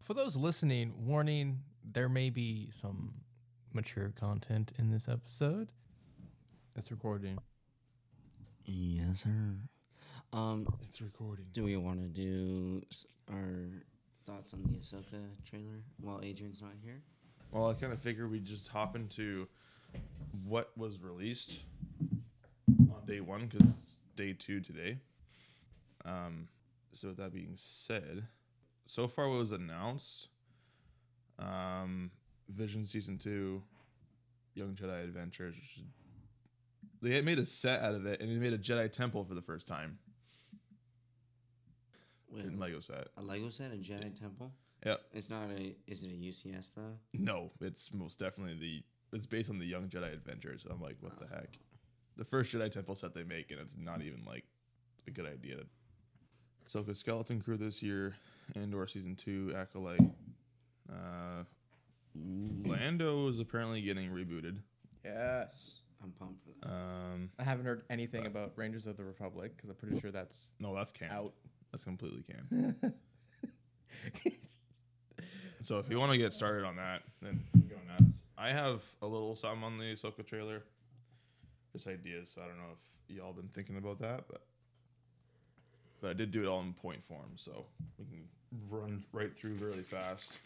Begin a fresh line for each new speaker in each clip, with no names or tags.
for those listening, warning: there may be some mature content in this episode. It's recording.
Yes, sir. Um,
It's recording.
do we want to do s- our thoughts on the Ahsoka trailer while Adrian's not here?
Well, I kind of figured we'd just hop into what was released on day one because it's day two today. Um, so with that being said, so far what was announced, um, Vision season two, Young Jedi Adventures. which is- They had made a set out of it, and they made a Jedi temple for the first time
Wait,
in Lego set.
a Lego set, a Jedi temple.
Yep.
It's not a. Is it a UCS though?
No, it's most definitely the. It's based on the Young Jedi Adventures. I'm like, what the heck? The first Jedi Temple set they make, and it's not even like a good idea. Ahsoka Skeleton Crew this year, Andor season two, Acolyte. Uh, Lando is apparently getting rebooted.
Yes.
I'm pumped for that.
Um,
I haven't heard anything about Rangers of the Republic because I'm pretty sure that's
no, that's canned.
out.
That's completely canned. so if you want to get started on that, then go nuts. I have a little something on the Ahsoka trailer. Just ideas. I don't know if y'all been thinking about that, but but I did do it all in point form, so we can run right through really fast.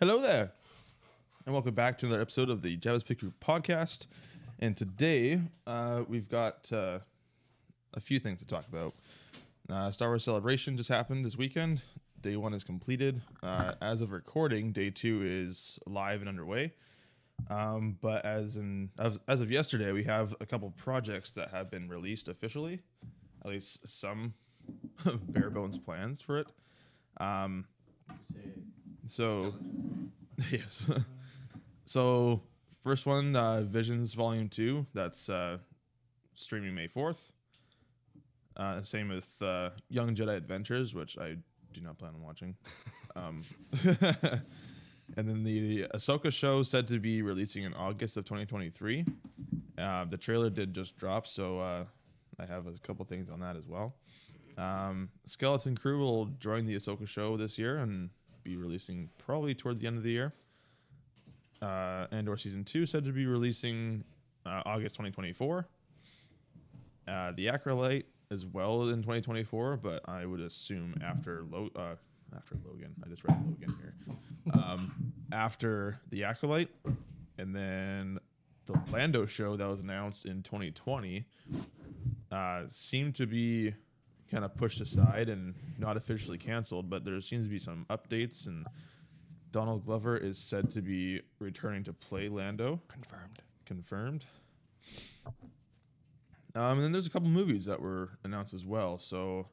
Hello there, and welcome back to another episode of the Java's Pick Group podcast. And today uh, we've got uh, a few things to talk about. Uh, Star Wars Celebration just happened this weekend. Day one is completed. Uh, as of recording, day two is live and underway. Um, but as in as, as of yesterday, we have a couple projects that have been released officially, at least some bare bones plans for it. Um, so, yes. so, first one, uh, Visions Volume 2. That's uh, streaming May 4th. Uh, same with uh, Young Jedi Adventures, which I do not plan on watching. um, and then the Ahsoka show said to be releasing in August of 2023. Uh, the trailer did just drop, so uh, I have a couple things on that as well. Um, Skeleton Crew will join the Ahsoka show this year and be releasing probably toward the end of the year. Uh, Andor season two said to be releasing uh, August 2024. Uh, the Acrolite as well in 2024, but I would assume after Lo- uh, after Logan. I just read Logan here. Um, after the Acolyte, and then the Lando show that was announced in 2020 uh, seemed to be kind of pushed aside and not officially canceled, but there seems to be some updates. And Donald Glover is said to be returning to play Lando,
Confirmed.
confirmed. Um, and then there's a couple movies that were announced as well. So,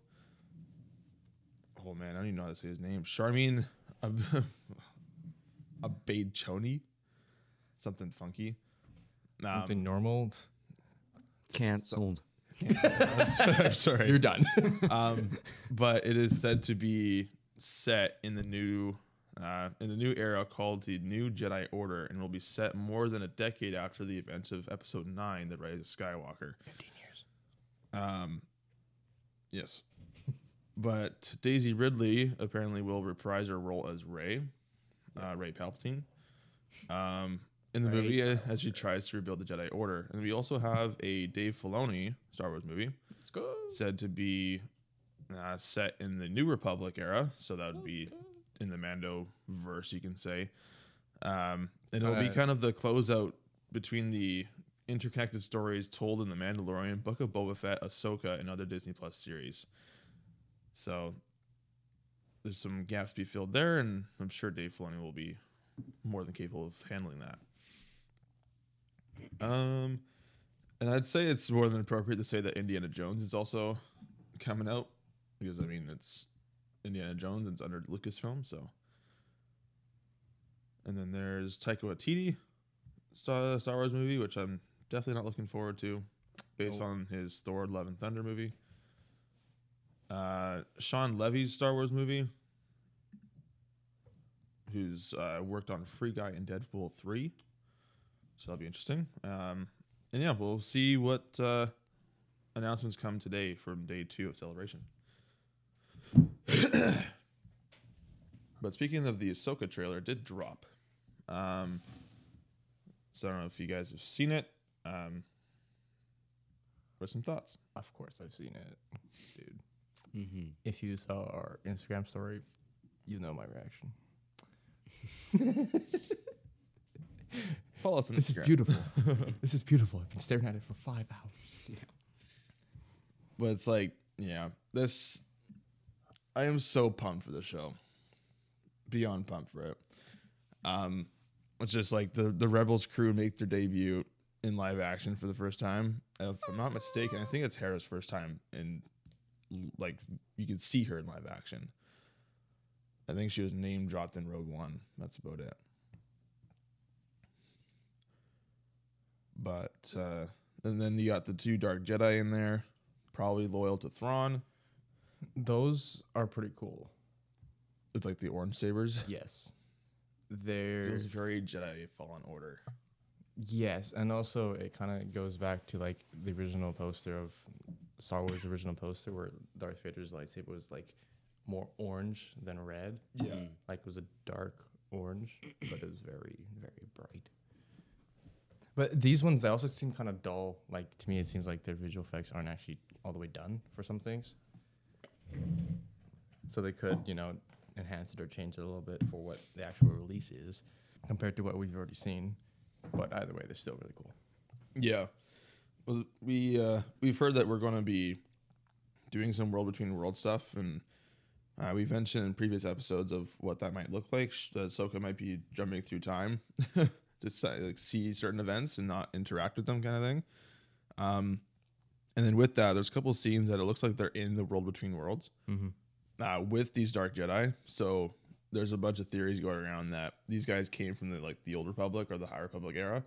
oh man, I don't even know how to say his name. Charmin Ab- Abadchoni, something funky. Um,
Something normal.
Cancelled.
I'm sorry.
You're done.
um, but it is said to be set in the new uh, in the new era called the New Jedi Order, and will be set more than a decade after the events of Episode Nine: The Rise of Skywalker.
Fifteen years.
Um, yes, but Daisy Ridley apparently will reprise her role as Ray, uh, Ray Palpatine, um, in the
Rey
movie uh, as she tries to rebuild the Jedi Order. And we also have a Dave Filoni Star Wars movie
Let's go.
said to be uh, set in the New Republic era, so that would be in the Mando verse, you can say. Um, and it'll be
Uh,
kind of the closeout between the interconnected stories told in the Mandalorian, Book of Boba Fett, Ahsoka, and other Disney Plus series. So there's some gaps to be filled there, and I'm sure Dave Filoni will be more than capable of handling that. Um, and I'd say it's more than appropriate to say that Indiana Jones is also coming out because I mean it's Indiana Jones and it's under Lucasfilm, so. And then there's Taika Waititi, Star, Star Wars movie, which I'm definitely not looking forward to, based
Nope.
on his Thor: Love and Thunder movie. Uh, Sean Levy's Star Wars movie, who's uh, worked on Free Guy and Deadpool three. So that'll be interesting. Um, and yeah, we'll see what uh, announcements come today from day two of Celebration. but speaking of the Ahsoka trailer, it did drop. Um, so I don't know if you guys have seen it. Um, what are some thoughts?
Of course, I've seen it, dude.
Mm-hmm.
If you saw our Instagram story, you know my reaction.
Follow us on
This is
Instagram.
beautiful. this is beautiful. I've been staring at it for five hours.
but it's like yeah this i am so pumped for the show beyond pumped for it um it's just like the the rebels crew make their debut in live action for the first time if i'm not mistaken i think it's hera's first time and like you can see her in live action i think she was name dropped in rogue one that's about it but uh and then you got the two dark jedi in there probably loyal to Thrawn.
Those are pretty cool.
It's like the orange sabers.
Yes, they're
Feels very Jedi Fallen Order.
Yes, and also it kind of goes back to like the original poster of Star Wars original poster where Darth Vader's lightsaber was like more orange than red.
Yeah.
Like it was a dark orange, but it was very very bright. But these ones they also seem kind of dull. Like to me it seems like their visual effects aren't actually all the way done for some things. So they could, you know, enhance it or change it a little bit for what the actual release is compared to what we've already seen. But either way, they're still really cool.
Yeah. Well, we uh, we've heard that we're going to be doing some world between world stuff, and uh, we've mentioned in previous episodes of what that might look like. Sh- That Ahsoka might be jumping through time to si- like see certain events and not interact with them, kind of thing. Um, and then with that, there's a couple scenes that it looks like they're in the world between worlds.
Mm-hmm.
uh, with these Dark Jedi. So there's a bunch of theories going around that these guys came from the like the Old Republic or the High Republic era,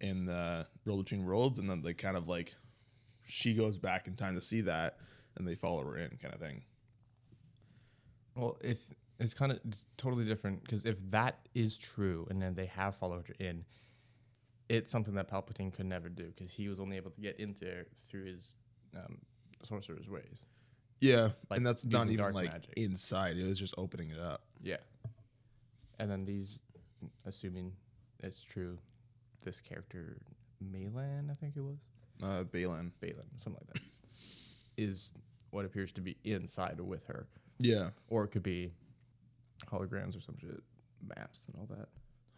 in the World Between Worlds, and then they kind of like she goes back in time to see that, and they follow her in kind of thing.
Well, if it's kind of it's totally different because if that is true and then they have followed her in, it's something that Palpatine could never do because he was only able to get into there through his um, sorcerer's ways.
Yeah,
Like,
and that's
using
not even
dark
like
magic.
inside. It was just opening it up.
Yeah. And then these, assuming it's true, this character Malan, I think it was
Uh, Balin.
Balin, something like that, is what appears to be inside with her,
Yeah,
or it could be holograms or some shit, maps and all that.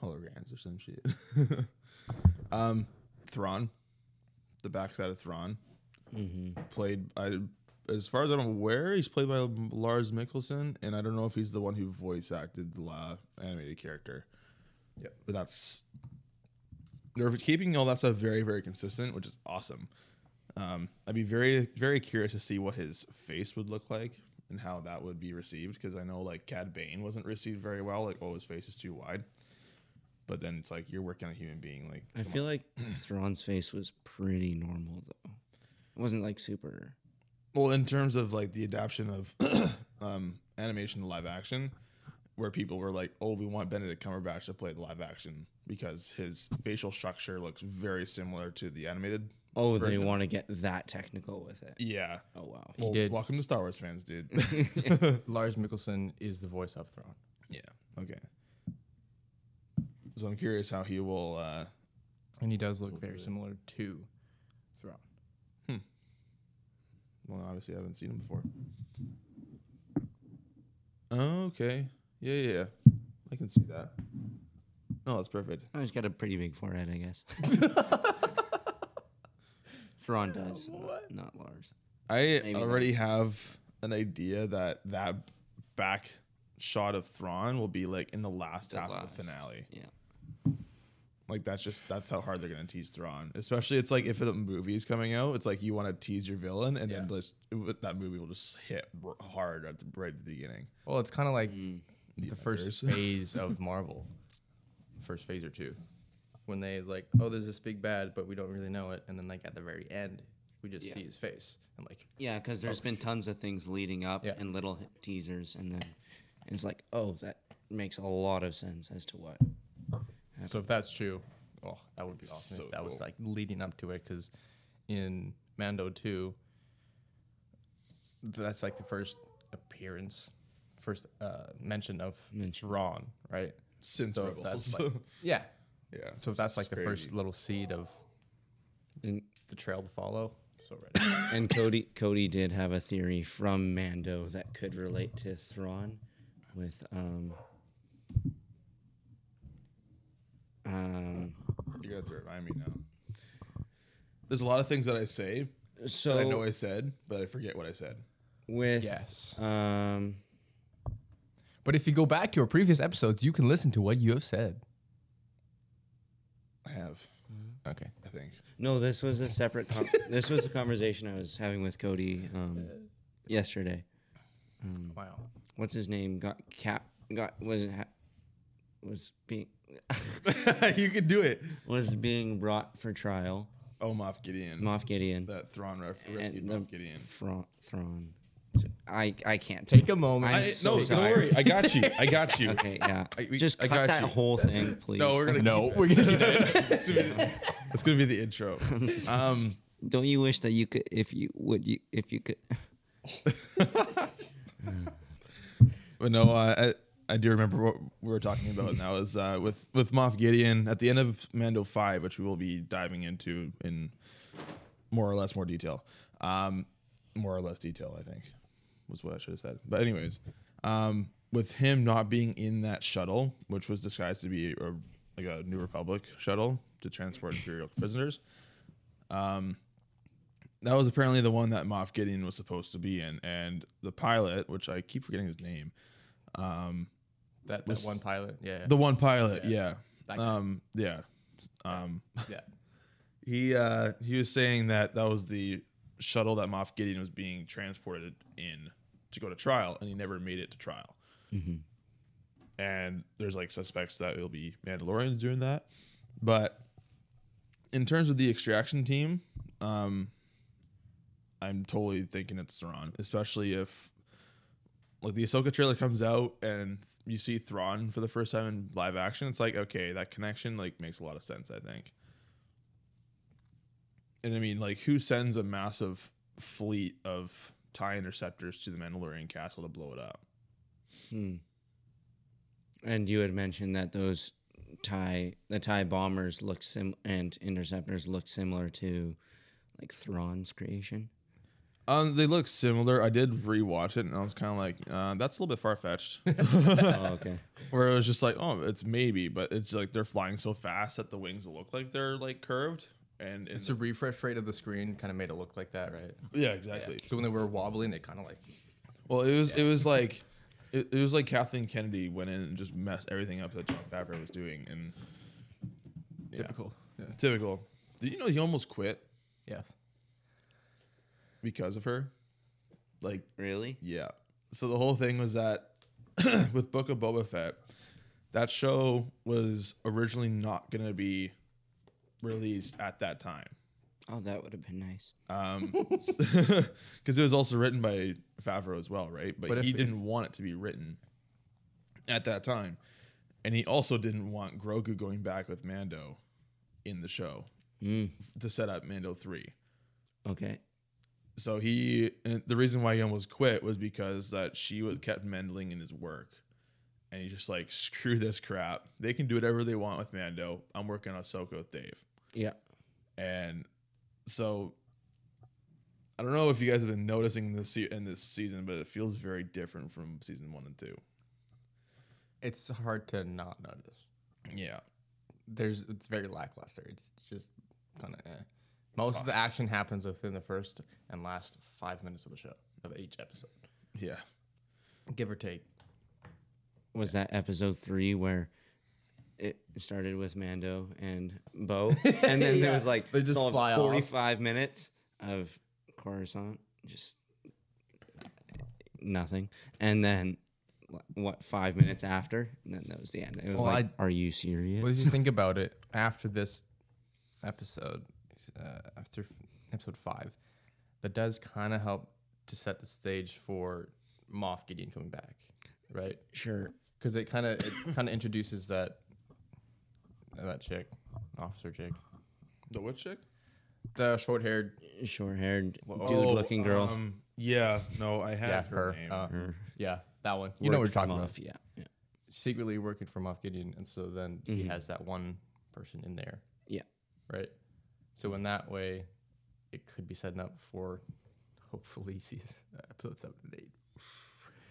holograms or some shit. um, Thrawn, the backside of Thrawn.
Mm-hmm.
played I as far as I'm aware, he's played by Lars Mikkelsen, and I don't know if he's the one who voice acted the La animated character.
Yep.
But that's they're keeping all that stuff very, very consistent, which is awesome. Um, I'd be very, very curious to see what his face would look like and how that would be received because I know like Cad Bane wasn't received very well, like oh his face is too wide. But then it's like you're working on a human being, like
I feel like Thrawn's face was pretty normal though. It wasn't like super.
Well, in terms of like the adaption of um, animation to live action, where people were like, "Oh, we want Benedict Cumberbatch to play the live action because his facial structure looks very similar to the animated."
Oh, they
version.
want to get that technical with it.
Yeah.
Oh wow.
He did.
Welcome to Star Wars fans, dude.
Lars Mikkelsen is the voice of Thrawn.
yeah. Okay. So I'm curious how he will. Uh,
And he does look very similar to Thrawn.
well, obviously, I haven't seen him before. Oh, okay. Yeah, yeah, yeah. I can see that. No, that's perfect.
Oh, he's got a pretty big forehead, I guess. Thrawn does, not- not Lars.
I
Maybe
already have an idea that that back shot of Thrawn will be like in the last
The
half of
last.
the finale.
Yeah.
Like that's just that's how hard they're gonna tease Thrawn. Especially it's like if the movie is coming out, it's like you want to tease your villain, and then
Yeah.
just, that movie will just hit r- hard at the, right at the beginning.
Well, it's kind of like
Mm.
the
Avengers.
first phase of Marvel, first phase or two, when they like, oh, there's this big bad, but we don't really know it, and then like at the very end, we just
Yeah.
see his face and like,
Yeah, because there's been tons of things leading up
Yeah.
and little h- teasers, and then it's like, oh, that makes a lot of sense as to what.
So if that's true, oh, that would be awesome.
So
if that was
cool.
like leading up to it, because in Mando two, that's like the first appearance, first uh, mention of
Mention.
Ron, right?
Since
So if
Rebels.
that's like, yeah.
yeah.
So if that's like the
It's
first
crazy.
little seed of
And
the trail to follow, so right.
and Cody Cody did have a theory from Mando that could relate to Thrawn with um um
You're going to have to remind me now. There's a lot of things that I say that I know
so
I said, but I forget what I said.
with
yes.
um
But if you go back to our previous episodes, you can listen to what you have said.
I have,
Okay.
I think.
no this was a separate con- this was a conversation I was having with Cody um yesterday um
Wow.
what's his name got cap got was ha- was being
you can do it.
was being brought for trial
Oh, Moff Gideon.
Moff Gideon
that Thrawn ref- rescued
and the
Moff Gideon.
Thron, Thron. I I can't
Take a moment.
I'm
I,
so
no, don't
tired.
worry. I got you. I got you.
Okay, yeah.
I- we-
Just
I
cut
got
that
you.
whole thing, please.
No, we're gonna
no,
keep it.
we're gonna do it.
It's gonna be the- It's gonna be the intro. Um,
Don't you wish that you could, if you would, you if you could?
but no, uh, I I do remember what we were talking about, and that was uh, with with Moff Gideon at the end of Mando Five, which we will be diving into in more or less more detail. Um, more or less detail, I think, was what I should have said. But anyways, um, with him not being in that shuttle, which was disguised to be a, like a New Republic shuttle to transport Imperial prisoners, um, that was apparently the one that Moff Gideon was supposed to be in, and the pilot, which I keep forgetting his name, um,
That, that
Was-
one pilot. Yeah.
the one pilot,
Yeah.
yeah,
that guy.
um, yeah, um,
yeah.
he uh, he was saying that that was the shuttle that Moff Gideon was being transported in to go to trial, and he never made it to trial. Mm-hmm. And there's like suspects that it'll be Mandalorians doing that, but in terms of the extraction team, um, I'm totally thinking it's Thrawn, especially if like the Ahsoka trailer comes out and you see Thrawn for the first time in live action. It's like okay, that connection like makes a lot of sense. I think and I mean, like, who sends a massive fleet of tie interceptors to the Mandalorian castle to blow it up?
Hmm. And you had mentioned that those tie the tie bombers look sim and interceptors look similar to like Thrawn's creation.
Um, they look similar. I did rewatch it, and I was kind of like, uh, that's a little bit far fetched.
oh, okay.
Where it was just like, oh, it's maybe, but it's like they're flying so fast that the wings look like they're like curved. And in
It's the refresh rate of the screen kind of made it look like that, right?
the- yeah, exactly.
So when they were wobbling, it kind of like
Well, it was it was like it, it was like Kathleen Kennedy went in and just messed everything up that John Favreau was doing, and yeah.
typical. Yeah.
Typical. Did you know he almost quit
Yes.
because of her? Like
Really?
Yeah. So the whole thing was that with Book of Boba Fett, that show was originally not going to be released at that time.
Oh, that would have been nice.
Um, because it was also written by Favreau as well, right? But,
But if-
he
if-
didn't want it to be written at that time, and he also didn't want Grogu going back with Mando in the show
Mm.
to set up Mando three.
Okay.
so he and the reason why he almost quit was because that she was kept meddling in his work and he's just like screw this crap they can do whatever they want with mando i'm working on Ahsoka with dave
Yeah.
and so i don't know if you guys have been noticing this se- in this season but it feels very different from season one and two
It's hard to not notice.
yeah
There's it's very lackluster. It's just kind of eh. Most of the
Lost.
action happens within the first and last five minutes of the show of each episode,
yeah
give or take.
was that episode three where it started with Mando and Bo, and then there was like
They just
solid
fly off.
forty-five minutes of Coruscant, just nothing, and then wh- what five minutes after, and then that was the end. It was
Well,
like, are you serious?
What did you think about it after this episode? Uh, after f- episode five, that does kind of help to set the stage for Moff Gideon coming back, right?
sure,
because it kind of it kind of introduces that that chick, officer chick,
The what chick?
the short haired.
Short haired
Oh,
dude looking girl.
Um, yeah, no, I had
Yeah,
her,
her.
name.
Uh,
Her
yeah, that one. You know what
work
we're talking
Mm-hmm. from
about.
off, Yeah. yeah.
Secretly working for Moff Gideon, and so then he has that one person in there.
Mm-hmm. Yeah.
Right. So in that way, it could be setting up for hopefully season uh, episode seven and eight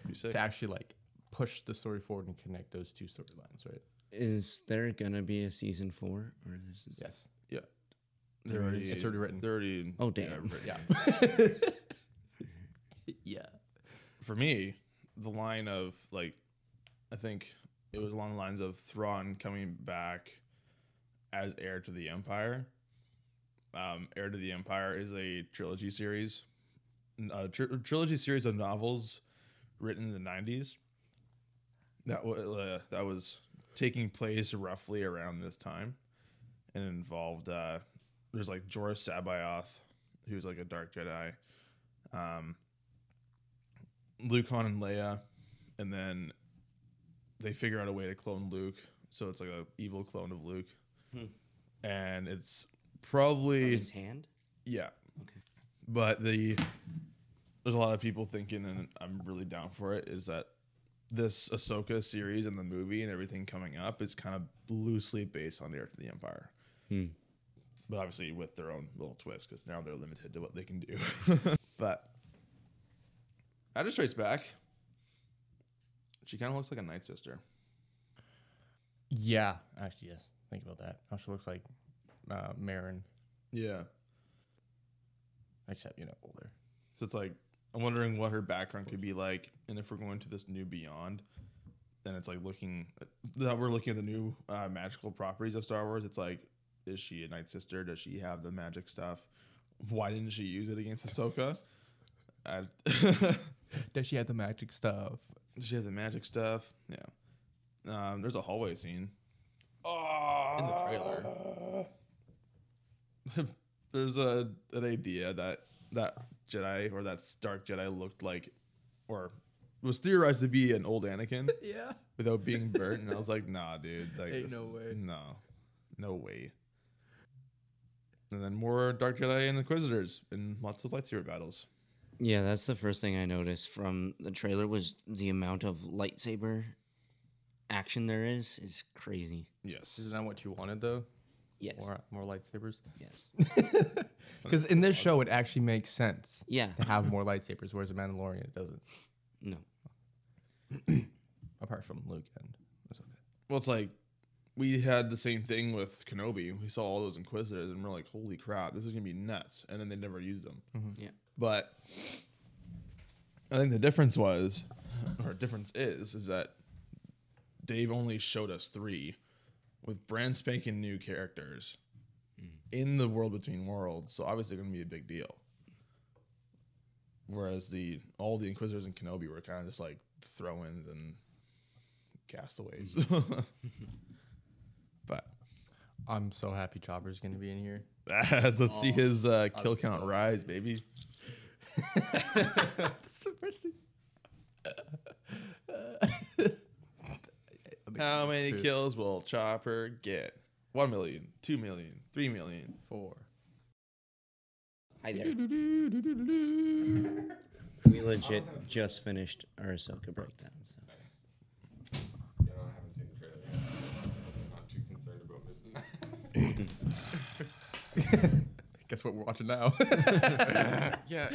You sick?
to actually like push the story forward and connect those two storylines. Right.
Is there gonna be a season four or this is
Yes.
They're already,
It's already written.
They're already.
Oh, damn.
written.
Yeah. yeah.
For me, the line of like, I think it was along the lines of Thrawn coming back as heir to the Empire. Um, heir to the Empire is a trilogy series, a tr- uh, trilogy series of novels written in the '90s. That was uh, that was taking place roughly around this time, and involved uh, there's like Jorah Sabaoth, who's like a dark Jedi, um, Luke Han and Leia, and then they figure out a way to clone Luke, so it's like a evil clone of Luke,
Hmm.
and it's probably
his hand?
yeah.
Okay.
But the there's a lot of people thinking, and I'm really down for it, is that this Ahsoka series and the movie and everything coming up is kind of loosely based on the Heir to the Empire.
Hmm.
But obviously with their own little twist, because now they're limited to what they can do. but Adder Straight's back. She kind of looks like a Night Sister.
Yeah. Actually, yes. Think about that. How she looks like uh, Marin,
Yeah.
except you know older.
So it's like I'm wondering what her background could be like, and if we're going to this new beyond, then it's like looking that we're looking at the new uh, magical properties of Star Wars. It's like, is she a Night Sister? Does she have the magic stuff? Why didn't she use it against Ahsoka? I,
Does she have the magic stuff?
she has the magic stuff. Yeah. Um, there's a hallway scene
Oh.
in the trailer. Uh. There's a an idea that that Jedi or that Stark Jedi looked like, or was theorized to be an old Anakin
Oh, Yeah.
without being burnt, and I was like, nah, dude, like
Ain't
this
no
is-
way.
no, no way. And then more Dark Jedi and Inquisitors and lots of lightsaber battles.
Yeah, that's the first thing I noticed from the trailer was the amount of lightsaber action there is is crazy.
Yes,
Isn't that what you wanted though?
Yes.
More more lightsabers.
Yes.
Because in this show, it actually makes sense
Yeah.
to have more lightsabers, whereas in Mandalorian, it doesn't.
No.
Apart from Luke and Ahsoka.
well, it's like we had the same thing with Kenobi. We saw all those Inquisitors, and we're like, holy crap, this is gonna be nuts. And then they never used them.
Yeah.
But I think the difference was, or difference is, is that Dave only showed us three with brand spanking new characters in the world between worlds. So obviously, going to be a big deal. Whereas the all the Inquisitors and Kenobi were kind of just like throw-ins and castaways. but
I'm so happy Chopper's going to be in here.
let's see his uh, kill count rise, baby.
That's the first thing.
How many
Food.
kills will Chopper get? 1 million, 2 million, 3 million.
Four.
Hi there. We legit just finished our Ahsoka breakdown. So.
Yeah, no, I haven't seen the trailer yet. I'm not too concerned about missing that.
Guess what we're watching now?
Yeah.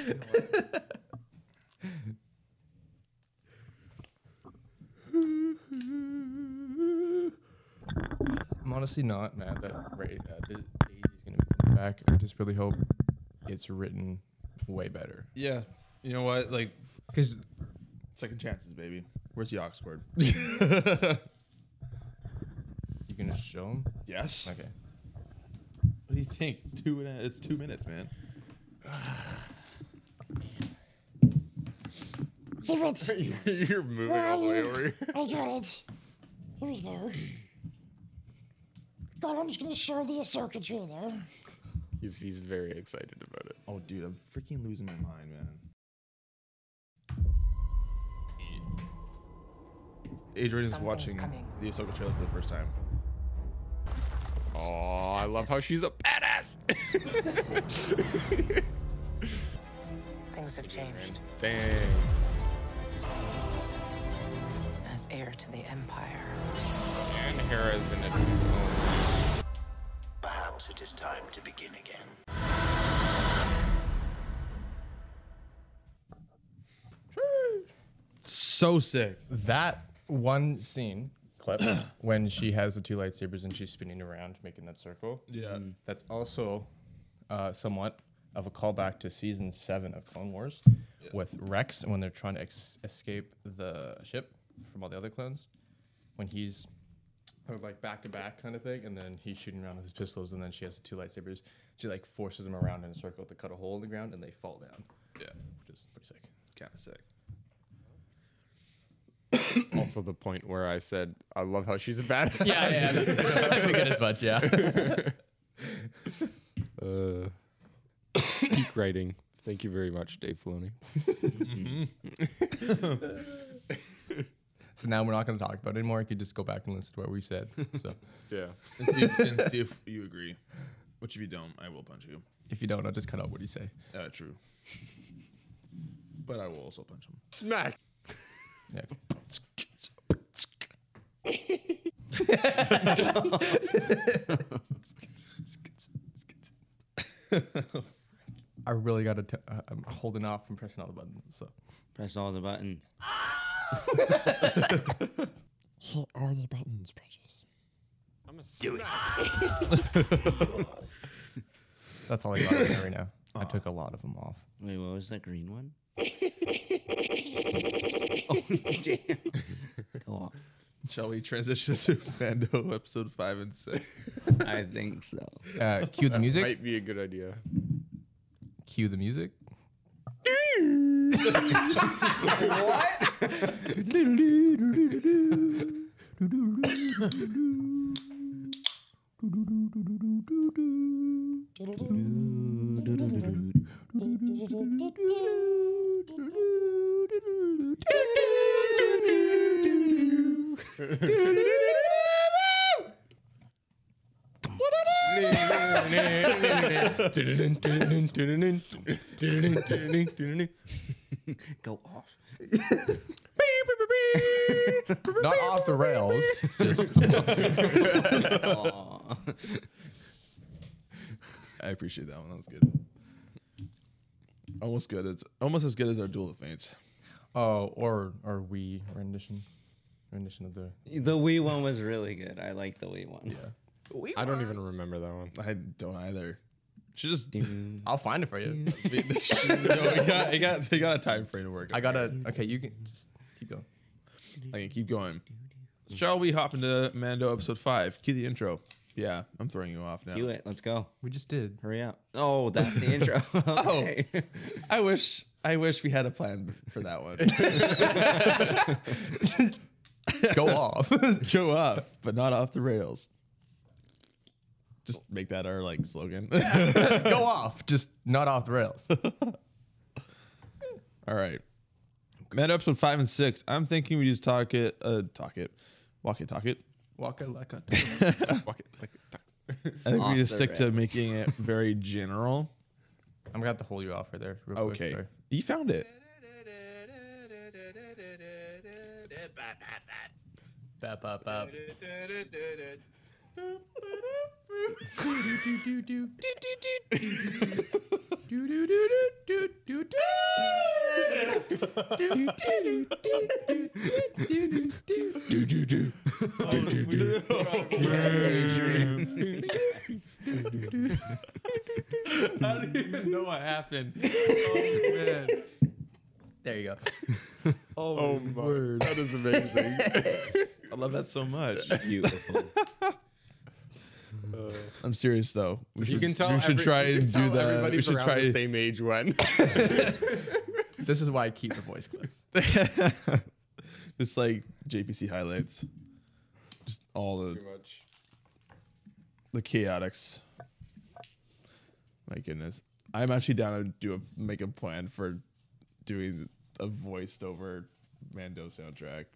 I'm honestly not mad that Ray, uh, that Daisy's going to be coming back. I just really hope it's written way better.
yeah. You know what? Like,
Because
second chances, baby. Where's the Oxford?
you can just show him.
yes.
Okay.
What do you think? It's two, and a, it's two minutes, man.
You're moving all the way over here.
I got it. Here we go. God, I'm just gonna show the Ahsoka trailer.
He's, he's very excited about it.
Oh, dude, I'm freaking losing my mind, man. Adrian is
Something's
watching
coming.
the Ahsoka trailer for the first time.
Oh, I love how she's a badass.
Things have changed.
Dang.
As heir to the Empire,
And Hera's in a two.
Perhaps it is time to begin again.
So sick.
That one scene clip when she has the two lightsabers and she's spinning around making that circle.
Yeah.
That's also uh, somewhat of a callback to season seven of Clone Wars with Rex when they're trying to ex- escape the ship from all the other clones. When he's kind of like back to back kind of thing, and then he's shooting around with his pistols, and then she has the two lightsabers. She like forces them around in a circle to cut a hole in the ground, and they fall down,
Yeah.
which is pretty sick.
Kind of sick.
also the point where I said, I love how she's a badass.
Yeah, yeah. I figured as much. Yeah.
Uh, peak writing. Thank you very much, Dave Filoni.
So now we're not going to talk about it anymore. You could just go back and listen to what we said. So
Yeah.
And see, if, and see if you agree. Which if you don't, I will punch you.
if you don't, I'll just cut out what you say.
Uh, true. But I will also punch him.
Smack.
Yeah. I really got to. T- uh, I'm holding off from pressing all the buttons. So
Press all the buttons.
Here are the buttons, precious.
I'm a smack.
that's all I got in there right now. I took a lot of them off.
Wait, what was that green one? oh, damn. Go off.
Shall we transition to Mando episode five and six?
I think so.
Uh, cue the music.
Might be a good idea.
Cue the music.
Go off.
Not off the rails. Just
Aw.
I appreciate that one. That was good. Almost good. It's almost as good as our duel of faints.
oh, or or we rendition, rendition of the
the Wii one was really good. I like the Wii one.
I don't even remember that one.
I don't either. She just
I'll find it for you.
no, it got it got it got a time frame to work.
I gotta. Okay, you can just keep going.
Okay, keep going. Shall we hop into Mando episode five? Cue the intro. Yeah, I'm throwing you off now.
Do it. Let's go.
We just did.
Hurry up. Oh, that's the intro. Oh. okay.
I wish I wish we had a plan for that one.
Go off.
Show up, but not off the rails. Just make that our like slogan.
Go off. Just not off the rails.
All right. Mando episode five and six. I'm thinking we just talk it, uh, talk it, walk it, talk it.
Walk it like a.
Walk it like a duck.
I think
Off
we just
the
stick to
rails.
making it very general.
I'm gonna have to hold you off right there. real quick,
Okay,
sorry.
Oh, you found it.
Bap, bap, bap.
I don't even know what happened. Oh man.
There you go.
Oh, my word. That is amazing. I love that so much.
Beautiful.
I'm serious though. We
You can tell.
We should
every-
try
you can
and do
tell
that. We
Everybody's
should
around
try.
the same age when.
This is why I keep the voice clips.
It's like JPC highlights. Just all the
much.
the chaotics. My goodness, I'm actually down to do a make a plan for doing a voiced over Mando soundtrack.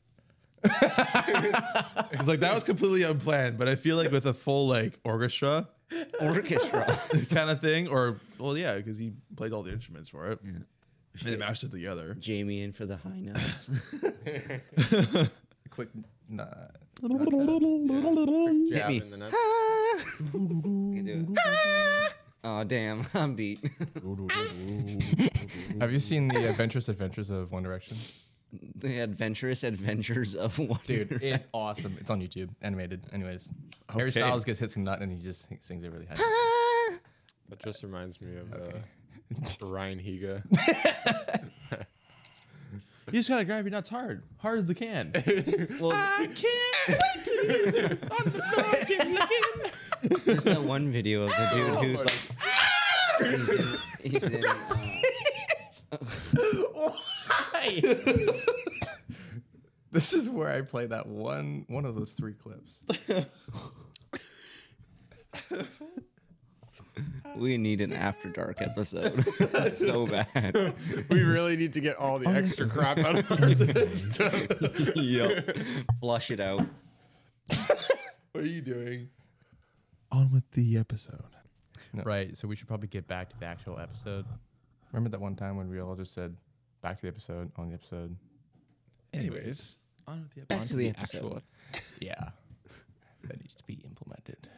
It's like that was completely unplanned, but I feel like with a full like orchestra
Orchestra.
kind of thing, or well, yeah, because he plays all the instruments for it.
Yeah.
And they mashed it together.
Jamie in for the high notes.
Quick, nah.
Jab
me.
in the nuts.
oh damn, I'm beat.
Have you seen the Adventurous Adventures of One Direction?
the adventurous adventures of one.
Dude, it's awesome. It's on YouTube, animated. Anyways,
Okay.
Harry Styles gets hit some nut and he just sings it really high.
That just reminds me of uh, Ryan Higa.
You just gotta grab your nuts hard, hard as they can.
Well, there's that one video of the dude who's like, he's in, he's in uh,
this is where I play that one one of those three clips.
we need an after dark episode so bad.
we really need to get all the extra crap out of our system.
Yup. flush it out.
what are you doing?
On with the episode.
Right. So we should probably get back to the actual episode. Remember that one time when we all just said back to the episode on the episode?
Anyways, on with the episode.
Back to the episode.
Yeah. That needs to be implemented.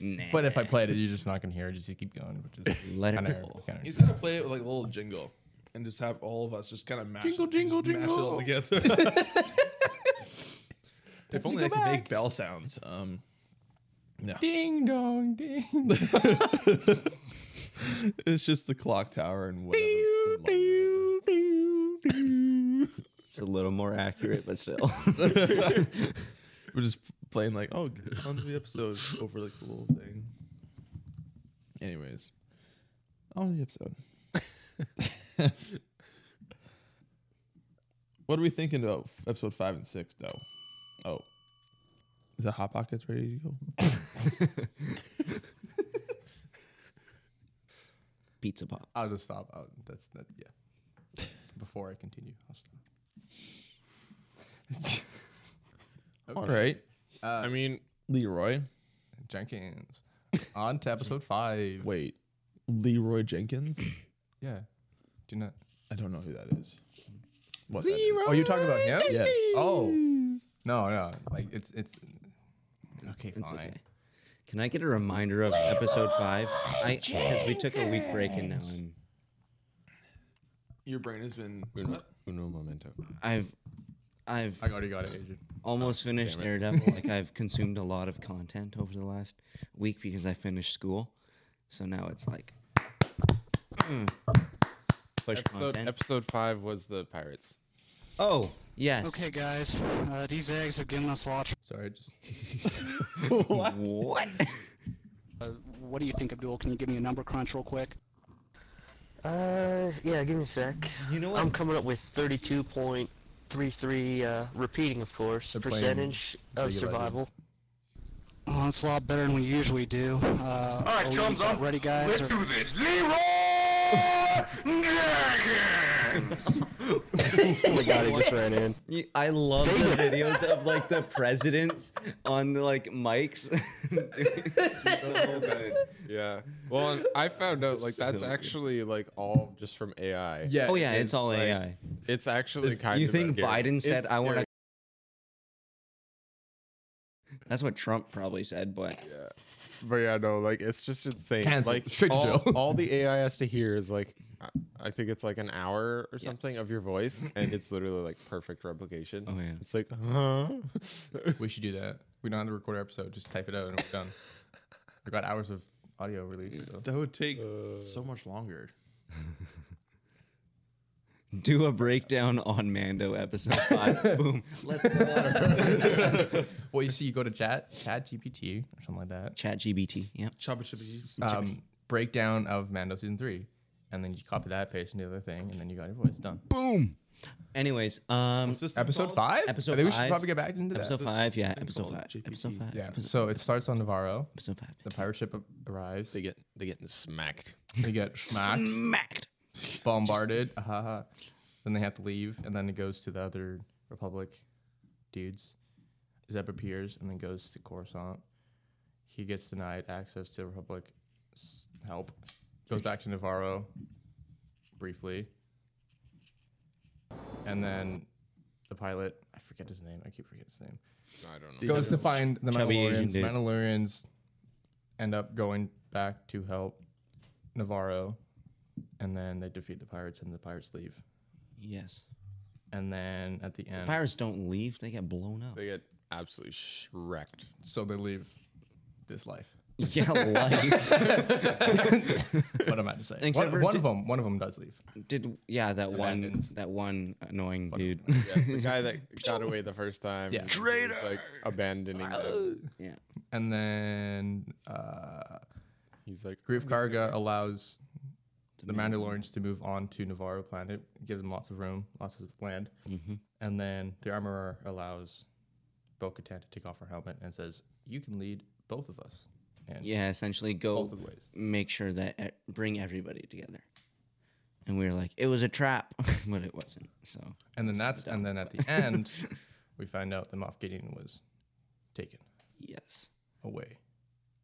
Nah.
But if I played it, you're just not gonna hear it. You just keep going, which is
Let it
kind
roll.
of kind
He's
of.
gonna play it with like a little jingle and just have all of us just kind of mash
Jingle,
it,
jingle,
just mash it all together. if only I could make bell sounds. Um, no,
Ding dong ding.
it's just the clock tower and whatever.
It's a little more accurate, but still.
We're just playing like oh on the episode over like the little thing. Anyways, on the episode. what are we thinking about f- episode five and six though? Oh, is the hot pockets ready to go?
Pizza pop.
I'll just stop. I'll, that's that. Yeah. Before I continue, I'll stop.
All right,
I mean,
Leroy.
Jenkins. On to episode five.
Wait, Leroy Jenkins.
Yeah. Do not.
I don't know who that is. What? that is.
Oh, you're talking about him?
Yes.
Oh. No, no. Like it's it's. Okay,
It's
fine.
okay. Can I get a reminder of episode five? I because we took a week break and now I'm
Your brain has been.
uno, uno momento.
I've I've
I already got it, Adrian.
almost finished Daredevil. like I've consumed a lot of content over the last week because I finished school. So now it's like mm, push
Episode,
content.
episode five was the pirates.
oh yes.
Okay, guys, uh, these eggs have given us a lot.
Sorry, I just
What?
Uh, what do you think, Abdul? Can you give me a number crunch real quick?
Uh, yeah, give me a sec.
You know
I'm
what?
coming up with 32.33, uh, repeating, of course,
playing
percentage of
League of
survival.
Legends.
Oh, that's a lot better than we usually do. Uh, All right, chums up. Ready, guys? or-
this, Leroy oh my god, he just ran in.
You- I love the videos of like the presidents on the like mics.
Yeah. Well, and I found out like that's actually like all just from AI.
yeah.
oh yeah, it's all
like,
AI.
It's actually kind
you
of.
think
scary.
Biden said,
It's
"I want
scary.
to"? That's what Trump probably said, but
But yeah, no, like it's just insane.
Cancel.
Like
Straight to
all,
jail.
all the AI has to hear is like, I- I think it's like an hour or something of your voice, and it's literally like perfect replication.
Oh, yeah.
It's like, huh?
We should do that. We don't have to record our episode. Just type it out and we're done. we got hours of audio release. So.
That would take
Uh.
so much longer.
do a breakdown on Mando episode five. Boom. Let's go.
Well, you see, you go to chat, chat GPT or something like that.
Chat GBT. Yep.
Chubba chubba.
Um, breakdown of Mando season three, and then you copy that, paste into the other thing, and then you got your voice done.
Boom. Anyways, um,
What's this thing
Episode
called?
five.
Episode
I think we should
five.
probably get back into that.
episode five. Yeah, episode
called
five.
GPT.
Episode five.
Yeah. So it starts on Navarro.
Episode five.
The pirate ship a- arrives.
they get they getting smacked.
They get smacked,
Smacked.
bombarded. Haha. then they have to leave, and then it goes to the other Republic dudes. Zeb appears and then goes to Coruscant. He gets denied access to Republic s- help. Goes back to Navarro briefly. And then the pilot, I forget his name. I keep forgetting his name
I don't know.
goes to find the
Chubby Asian
Mandalorians.
dude.
Mandalorians end up going back to help Navarro, and then they defeat the pirates, and the pirates leave.
Yes.
And then at the end,
Pirates don't leave; they get blown up.
They get absolutely shreked.
so they leave this life.
yeah, like
What am I to say? one
Except for
one
di-
of them, one of them does leave.
did yeah that one
Abandons.
that one annoying dude.
Yeah, the guy that got away the first time.
Yeah.
is just, Like abandoning them.
yeah,
And then uh,
He's like,
Grief Karga allows the
Mandalorian.
Mandalorians to move on to Navarro planet, gives them lots of room, lots of land.
Mm-hmm.
And then the armorer allows Bo Katan to take off her helmet and says, You can lead both of us. And
yeah. Essentially, go
both of the ways.
make sure that e- bring everybody together. And we were like, it was a trap, but it wasn't. So
And then that's and then at the end we find out that Moff Gideon was taken
yes.
away.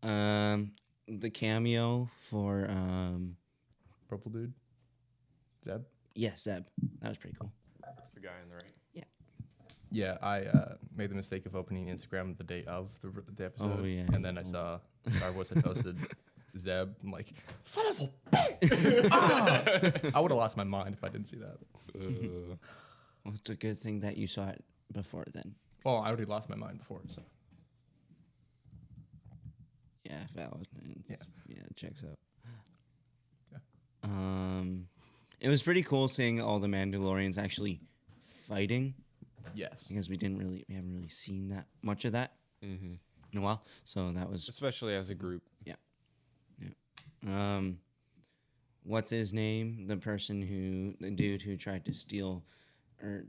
Um, the cameo for um,
Purple dude? Zeb?
yes, Zeb. That was pretty cool.
the guy on the right.
Yeah, I uh, made the mistake of opening Instagram the day of the, r- the episode.
Oh, yeah,
And then I saw Star Wars had posted Zeb. I'm like, son of a bitch! Ah! I would have lost my mind if I didn't see that.
Well, it's a good thing that you saw it before then.
Well, I already lost my mind before. So.
Yeah, valid. It's, yeah,
Yeah.
it checks out. Um, it was pretty cool seeing all the Mandalorians actually fighting
Yes.
because we didn't really, we haven't really seen that much of that in a while. So that was
Especially as a group.
Um, what's his name? The person who, the dude who tried to steal, or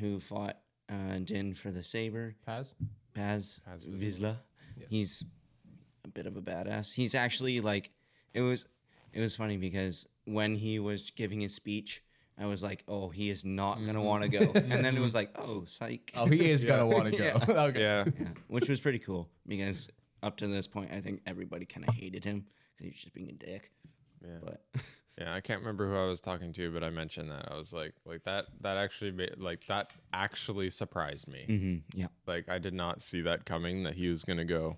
who fought uh, Din for the saber,
Paz?
Paz,
Paz
Vizsla. He's a bit of a badass. He's actually like, it was, it was funny because when he was giving his speech. I was like, "Oh, he is not gonna want to go," and then it was like, "Oh, psych."
Oh, he is gonna want to go. okay.
Yeah.
Yeah, which was pretty cool because up to this point, I think everybody kind of hated him because he's just being a dick.
Yeah.
But
Yeah, I can't remember who I was talking to, but I mentioned that. I was like, like that that actually made, like that actually surprised me.
Mm, yeah,
Like I did not see that coming that he was going to go.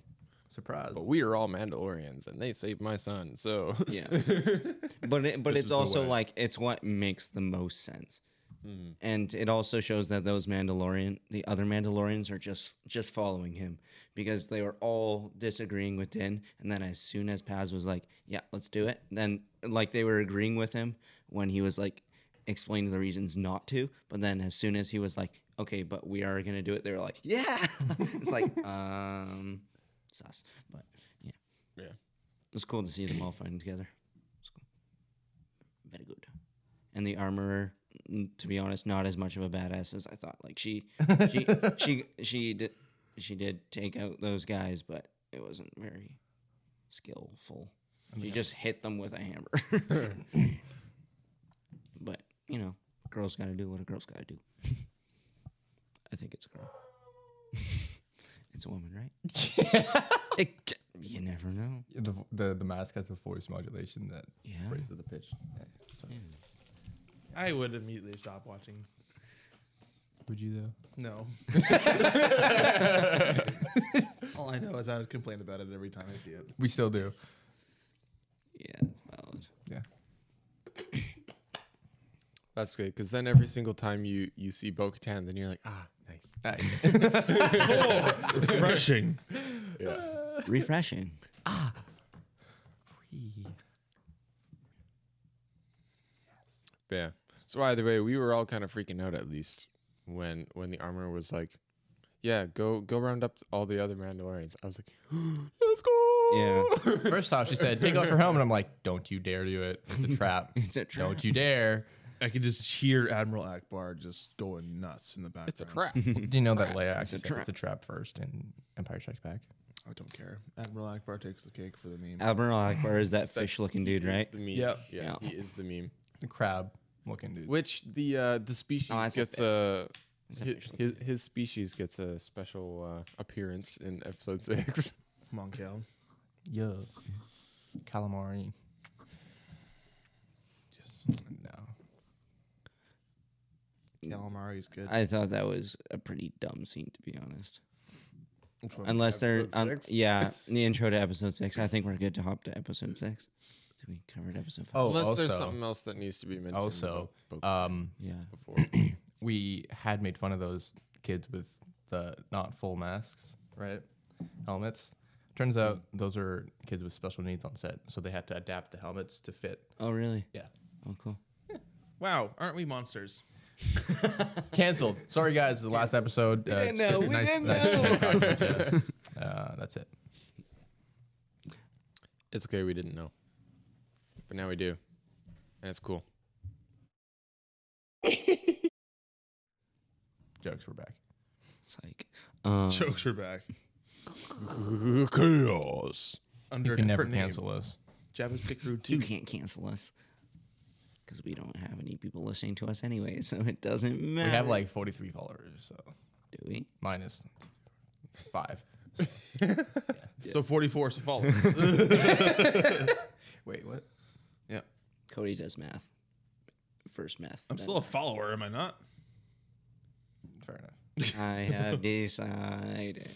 Surprise.
Oh.
But we are all Mandalorians and they saved my son. So
yeah. but it, but it's also like it's what makes the most sense, and it also shows that those Mandalorian, the other Mandalorians, are just just following him because they were all disagreeing with Din, and then as soon as Paz was like, "Yeah, let's do it," then like they were agreeing with him when he was like explaining the reasons not to, but then as soon as he was like, "Okay, but we are gonna do it," they were like, "Yeah," it's like um, sus, but yeah.
Yeah.
It was cool to see them all fighting together. It's cool. Very good. And the armorer, n- to be honest, not as much of a badass as I thought. Like she, she, she, she did, she did take out those guys, but it wasn't very skillful. She just hit them with a hammer. but you know, girls got to do what a girl's got to do. I think it's a girl. it's a woman, right? It c- you never know.
The, vo- the the mask has a voice modulation that
Yeah.
raises the pitch. Yeah, so-
I would immediately stop watching.
Would you though?
No. All I know is I would complain about it every time I see it.
We still do.
Yeah, it's valid.
Yeah.
that's good cuz then every single time you you see Bo-Katan, then you're like, "Ah, nice."
Refreshing.
Refreshing.
But yeah. So either way, we were all kind of freaking out at least when when the armor was like, "Yeah, go go round up all the other Mandalorians." I was like, "Let's go!"
Yeah.
First off, she said, "Take off your helmet." I'm like, "Don't you dare do it. It's a trap.
It's a trap.
Don't you dare."
I could just hear Admiral Akbar just going nuts in the background.
It's a trap.
Do you know that Leia actually
a
said it's a trap first in Empire Strikes Back?
I don't care. Admiral Akbar takes the cake for the meme.
Admiral Akbar is that fish looking dude, right?
The meme.
Yep.
Yeah, he is the meme.
The crab looking dude.
Oh,
Which the uh the species
that's a
gets a
It's
Hi-
officially
His,
dead.
his species gets a special uh, appearance in episode six.
Come on, Cal.
Yeah. Calamari.
Just
No.
calamari is good.
I thought that was a pretty dumb scene, to be honest.
Which one?
Unless they're,
Episode
un-
six?
yeah, the intro to episode six. I think we're good to hop to episode six. Did we covered episode five?
Oh,
Unless
also,
there's something else that needs to be mentioned.
also,
about Bo-
um,
yeah.
before.
we had made fun of those kids with the not full masks, right? Helmets. Turns out those are kids with special needs on set, so they had to adapt the helmets to fit.
Oh, really?
Yeah.
Oh, cool.
Wow, aren't we monsters?
Canceled. Sorry, guys. The last episode. Uh,
didn't
it's
know.
been
We didn't
talking about you. Uh, that's it.
it's okay, we didn't know. But now we do. And it's cool.
Jokes. We're back.
Psych. Um,
Jokes are back.
Chaos.
Under
You
a
can never
different name.
cancel us.
Jabba's Pick Crew two.
you can't cancel us because we don't have any people listening to us anyway, so it doesn't
We
matter.
have like 43 followers, so
do we?
minus five.
So forty four is a follow.
Wait, what?
yeah,
Cody does math. First math.
I'm
then
still a follower, am I not?
Fair enough.
I have decided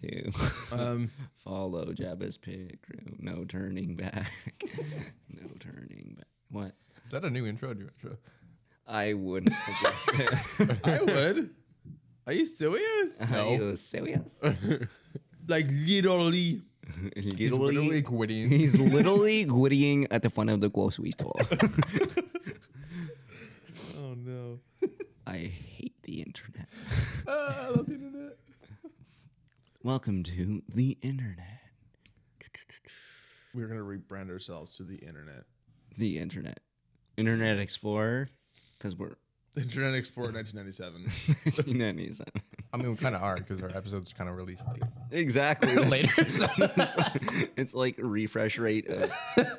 to
Um,
follow Jabba's pit crew. No turning back. no turning back. What?
Is that a new intro? or New intro?
I wouldn't suggest it.
I would. Are you serious?
Are you serious?
Like literally.
literally,
quitting.
he's literally gwittying at the front of the grocery store.
Oh no.
I hate the internet.
Ah, I love the internet.
Welcome to the internet.
We're gonna rebrand ourselves to the internet.
The internet. Internet Explorer, because we're
Internet Explorer 1997.
1997.
I mean, we kind of are because our episodes kind of released late.
exactly.
Later.
That's- it's like a refresh rate of,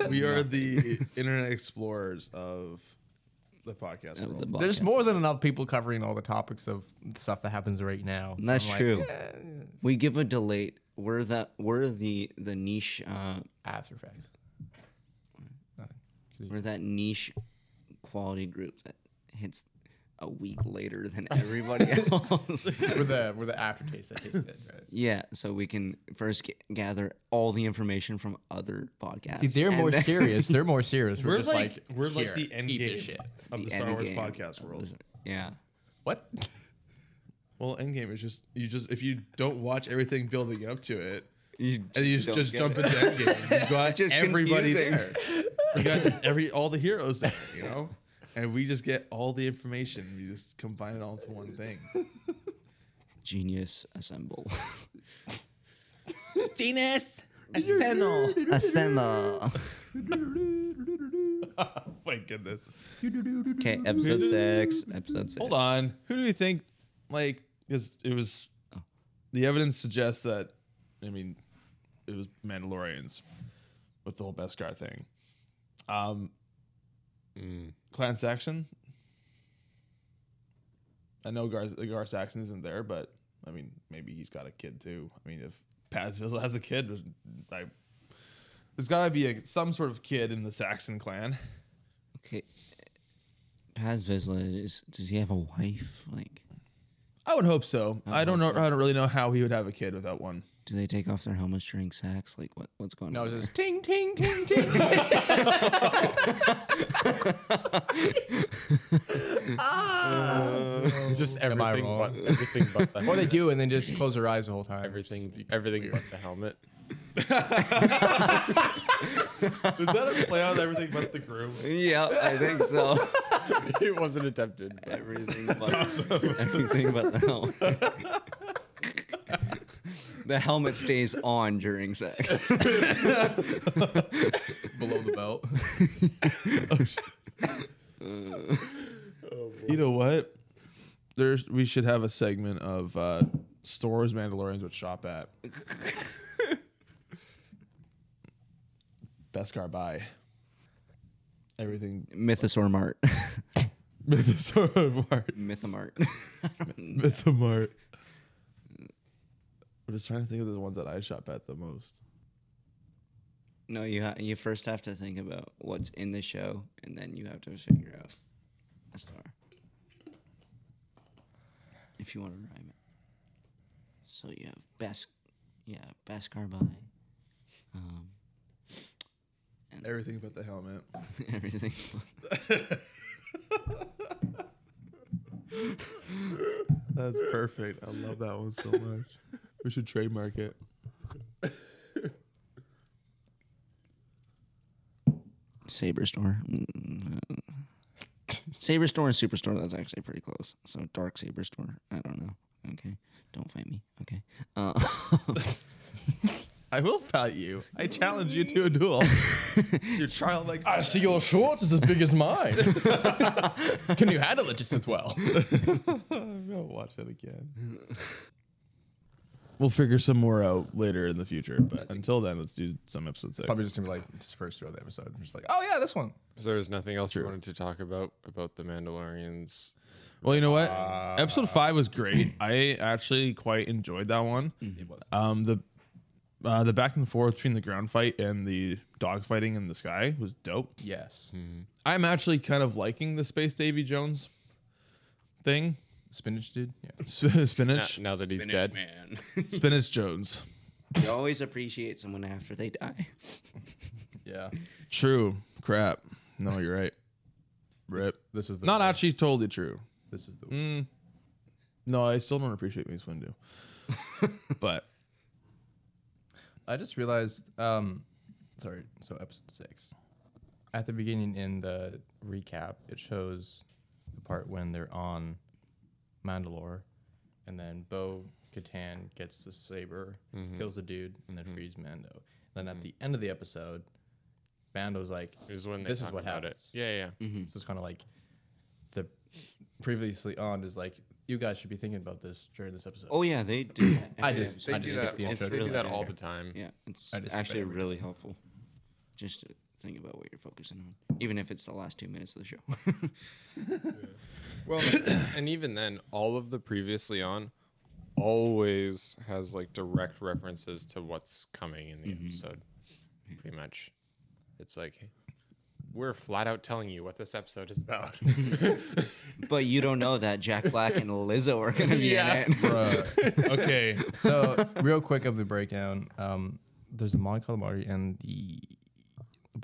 we are the internet explorers of the podcast
of the
world.
podcast.
There's more than enough people covering all the topics of stuff that happens right now.
And That's
I'm like,
true. We give a delay. We're the we're the the niche uh,
After Effects. Nothing.
we're that niche quality group that hits a week later than everybody else.
We're the we're the aftertaste that tastes good, right?
Yeah, so we can first g- gather all the information from other podcasts.
See, they're
and
more
then-
serious. They're more serious. We're,
We're
just
like,
like,
we're like
"Here,
the end
eat this
game
shit."
of the,
the
Star
end
Wars
game
podcast
of
world.
this- Yeah,
What?
Well, Endgame is just you just if you don't watch everything building up to it,
you
and you just,
don't
just
get
jump
it.
into Endgame, you got
just
everybody
confusing.
there. You got just every all the heroes there, you know. And we just get all the information. We just combine it all into one thing.
Genius assemble.
Genius, Assemble.
assemble.
My goodness.
Okay, episode six. Episode six.
Hold on. Who do you think, like, because it was, the evidence suggests that, I mean, it was Mandalorians with the whole Beskar thing. Um, Clan Saxon. I know Gar, Gar Saxon isn't there, but I mean, maybe he's got a kid too. I mean, if Paz Vizsla has a kid, there's- I, there's got to be a, some sort of kid in the Saxon clan.
Okay. Paz Vizsla is. Does he have a wife? Like,
I would hope so. I don't know.
hope so.
I don't really know how he would have a kid without one.
do they take off their helmets during sex? Like, what what's going
No,
on?
it's
there?
just ting ting ting ting. just everything.
Everything but, everything but the
Or they
helmet.
do, and then just close their eyes the whole time.
Everything, everything but the helmet.
Is that a play on everything but the groom?
yeah, I think so.
it wasn't attempted. But
Everything but everything but the helmet. the helmet stays on during sex.
below the belt.
You know what? There's we should have a segment of uh, stores Mandalorians would shop at. Best car buy. Everything
Mythosaur Mart.
Mythosaur
Mythamart.
Mythamart. I'm just trying to think of the ones that I shop at the most.
no, you ha- you first have to think about what's in the show, and then you have to figure out a star. If you want to rhyme it. So you have best, yeah, best car by, um,
Everything but the helmet.
everything.
That's perfect. I love that one so much. We should trademark it.
Saber Store. Saber Store and Superstore, that's actually pretty close. So Dark Saber Store. I don't know. Okay. Don't fight me. Okay. Uh,
I will fight you. I challenge you to a duel. Your childlike.
I see your shorts is as big as mine. Can you handle it just as well?
I'm gonna watch that again. We'll figure some more out later in the future, but until then, let's do some episode six.
Probably just gonna be like dispersed throughout the episode. I'm just like, oh yeah, this one.
So there's nothing else you wanted to talk about about the Mandalorians.
Well, you know what? Episode five was great. I actually quite enjoyed that one. It was. Um, the uh, the back and forth between the ground fight and the dog fighting in the sky was dope.
Yes.
I'm actually kind of liking the space Davy Jones thing.
Spinach dude. Yeah.
Now,
Spinach,
now that he's dead,
man.
Spinach Jones.
you always appreciate someone after they die.
Yeah.
True. Crap. No, you're right. Rip.
This is the
Not actually totally true.
This is the
Mm. No, I still don't appreciate Mace Windu. but
I just realized, um, sorry, so episode six. At the beginning in the recap, it shows the part when they're on Mandalore, and then Bo Katan gets the saber, kills the dude, and then frees Mando. Then at the end of the episode, Mando's like,
is when they
"This
talk
is what
about
happens." Mm-hmm.
it. Yeah, yeah. yeah.
So it's kind of like the previously on is like, "You guys should be thinking about this during this episode."
Oh, yeah, they do that.
I
every
just-
episode.
I just
Yeah,
skip the
it's
intro.
They do
really
that
good.
all the time.
Yeah, it's
I just skip
actually
every
really helpful just to think about what you're focusing on, even if it's the last two minutes of the show.
Well, and even then, all of the previously on always has like direct references to what's coming in the
Mm-hmm.
episode. Pretty much, it's like we're flat out telling you what this episode is about.
but you don't know that Jack Black and Lizzo are going to be in it.
okay.
so real quick of the breakdown, um, there's the Mon Calamari and the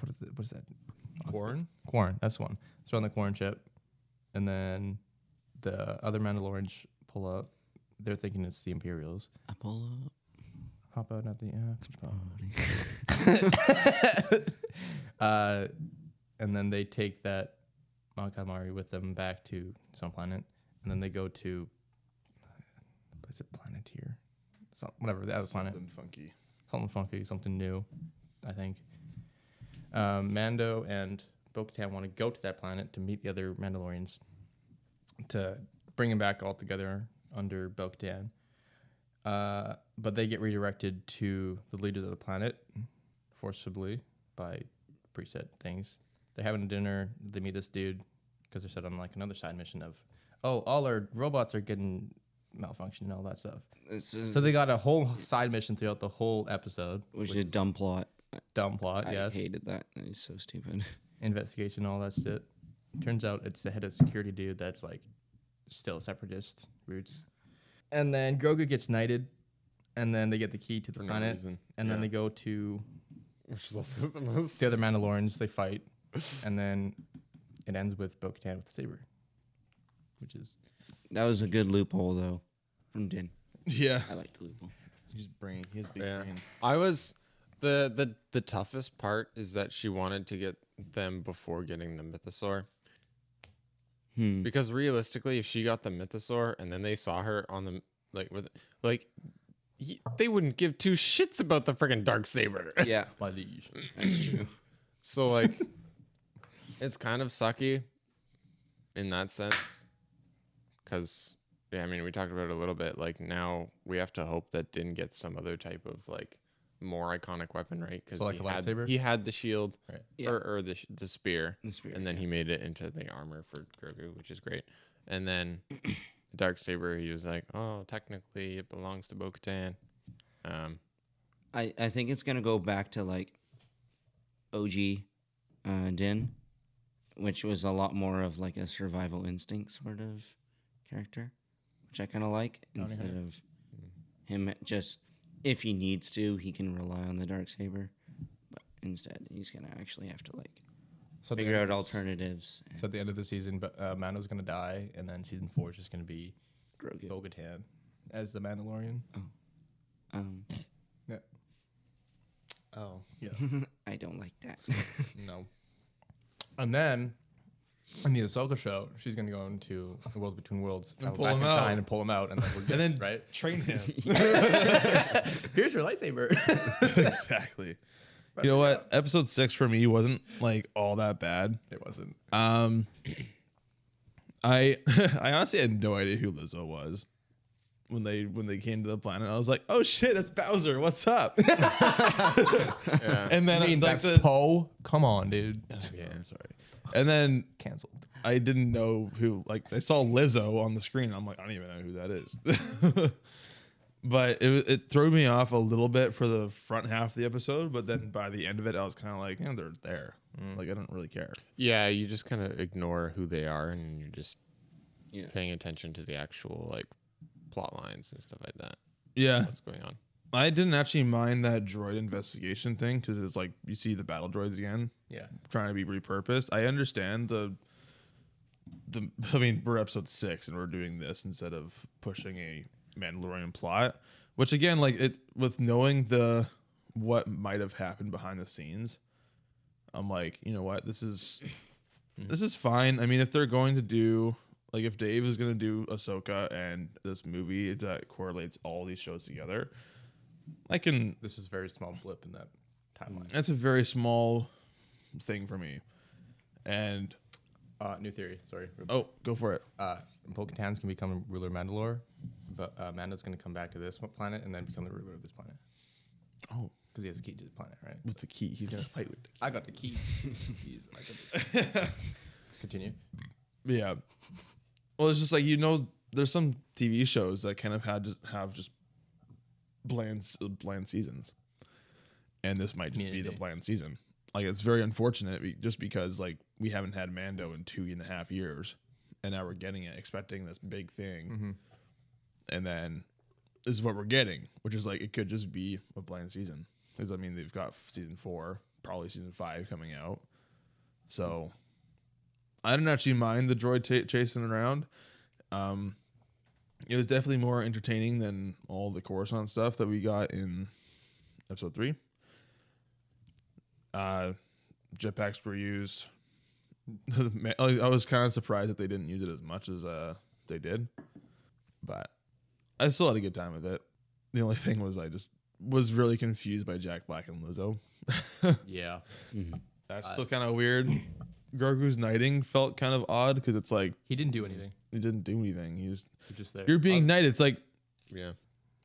what is, it, what is that?
Corn?
Quarren. That's the one. It's on the Quarren ship, and then the other Mandalorians sh- pull up. They're thinking it's the Imperials.
Apollo.
Hop out at the uh, uh, and then they take that Mon Calamari with them back to some planet, and then they go to. Is it Planeteer? Some, whatever the other planet.
Something funky.
something funky, something new, I think. Um, Mando and Bo Katan want to go to that planet to meet the other Mandalorians to bring them back all together under Bo Katan. Uh, but they get redirected to the leaders of the planet forcibly by preset things. They're having dinner. They meet this dude because they're set on like another side mission of, oh, all our robots are getting malfunctioned and all that stuff.
This is,
So they got a whole side mission throughout the whole episode.
which is a dumb plot. I-
Dumb plot,
I
yes.
hated that. That is so stupid.
Investigation, all that shit. Turns out it's the head of security dude that's like still separatist roots. And then Grogu gets knighted, and then they get the key to the
no
planet,
reason,
and then
yeah.
they go to
Which is also the most.
the other Mandalorians. They fight, and then it ends with Bo-Katan with the saber, which is
That was a good loophole, though, from Din.
Yeah.
I liked the loophole.
He's bringing his big
Yeah.
brain.
I was the the the toughest part is that she wanted to get them before getting the mythosaur. Because realistically, if she got the mythosaur and then they saw her on the like with like y- they wouldn't give two shits about the freaking dark saber.
Yeah,
my liege.
that's true.
So like it's kind of sucky in that sense cuz yeah, I mean, we talked about it a little bit like now we have to hope that Din gets some other type of like more iconic weapon, right? Because
So, like
he,
the
had-
lightsaber?
he had the shield
Right.
Yeah.
or, or the, sh- the spear,
The spear,
and then
yeah.
he made it into the armor for Grogu, which is great. And then the dark saber, he was like, "Oh, technically, it belongs to Bo-Katan." Um,
I, I think it's gonna go back to like OG uh, Din, which was a lot more of like a survival instinct sort of character, which I kind of like instead of him just if he needs to he can rely on the dark saber, but instead he's gonna actually have to like
So at the
figure
end
out
of this-
alternatives.
So at the end of the season, but uh, Mando's gonna die, and then season four is just gonna be
Grogu.
Bo-Katan as the Mandalorian.
Um,
Yeah. Oh yeah.
I don't like that.
no. And then in the Ahsoka show, she's gonna go into the world between worlds, travel
pull
back
him
in time
out.
and pull him out, and then we're good,
And then
right?
train him.
Here's your lightsaber.
exactly. You know what? Episode six for me wasn't like all that bad.
it wasn't.
Um, I I honestly had no idea who Lizzo was when they when they came to the planet. I was like, oh shit, that's Bowser. What's up? And then
I mean,
like
that's
the
Poe. Come on, dude.
yeah, I'm sorry. And then
Cancelled.
I didn't know who like I saw Lizzo on the screen. I'm like, I don't even know who that is. but it wa- it threw me off a little bit for the front half of the episode. But then by the end of it, I was kind of like, yeah, they're there. Like I don't really care.
yeah, you just kind of ignore who they are, and you're just
Yeah.
paying attention to the actual like plot lines and stuff like that.
Yeah,
What's going on?
I didn't actually mind that droid investigation thing because it's like you see the battle droids again
Yeah.
trying to be repurposed. I understand the the I mean we're episode six and we're doing this instead of pushing a Mandalorian plot, which again like it with knowing the what might have happened behind the scenes, I'm like you know what this is this is fine. I mean if they're going to do like if Dave is going to do Ahsoka and this movie that correlates all these shows together, I can
This is a very small blip in that timeline.
that's a very small thing for me. And
Uh, new theory. Sorry.
oh, go for it.
Uh, Bo-Katan's gonna become ruler of Mandalore, but uh, Mando's gonna come back to this one planet and then become the ruler of this planet
Oh,
because he has a key to the planet, right?
with the key, he's gonna fight with. The
I got the key. Jeez, I got the- Continue.
key. Yeah. Well, it's just like you know, there's some TV shows that kind of had just have just bland s- bland seasons, and this might just be the
Community.
bland season. Like it's very unfortunate, be- just because like we haven't had Mando in two and a half years, and now we're getting it, expecting this big thing, and then this is what we're getting, which is like it could just be a bland season. Because I mean, they've got f- season four, probably season five coming out. So I didn't actually mind the droid ta chasing around. Um, it was definitely more entertaining than all the Coruscant stuff that we got in episode three. Uh, jetpacks were used. Man, I I was kind of surprised that they didn't use it as much as uh, they did, but I still had a good time with it. The only thing was I just was really confused by Jack Black and Lizzo.
Yeah.
That's still kind of weird. Grogu's knighting felt kind of odd because it's like
He didn't do anything.
he didn't do anything. He's
He's just there.
you're being knighted. It's like
Yeah.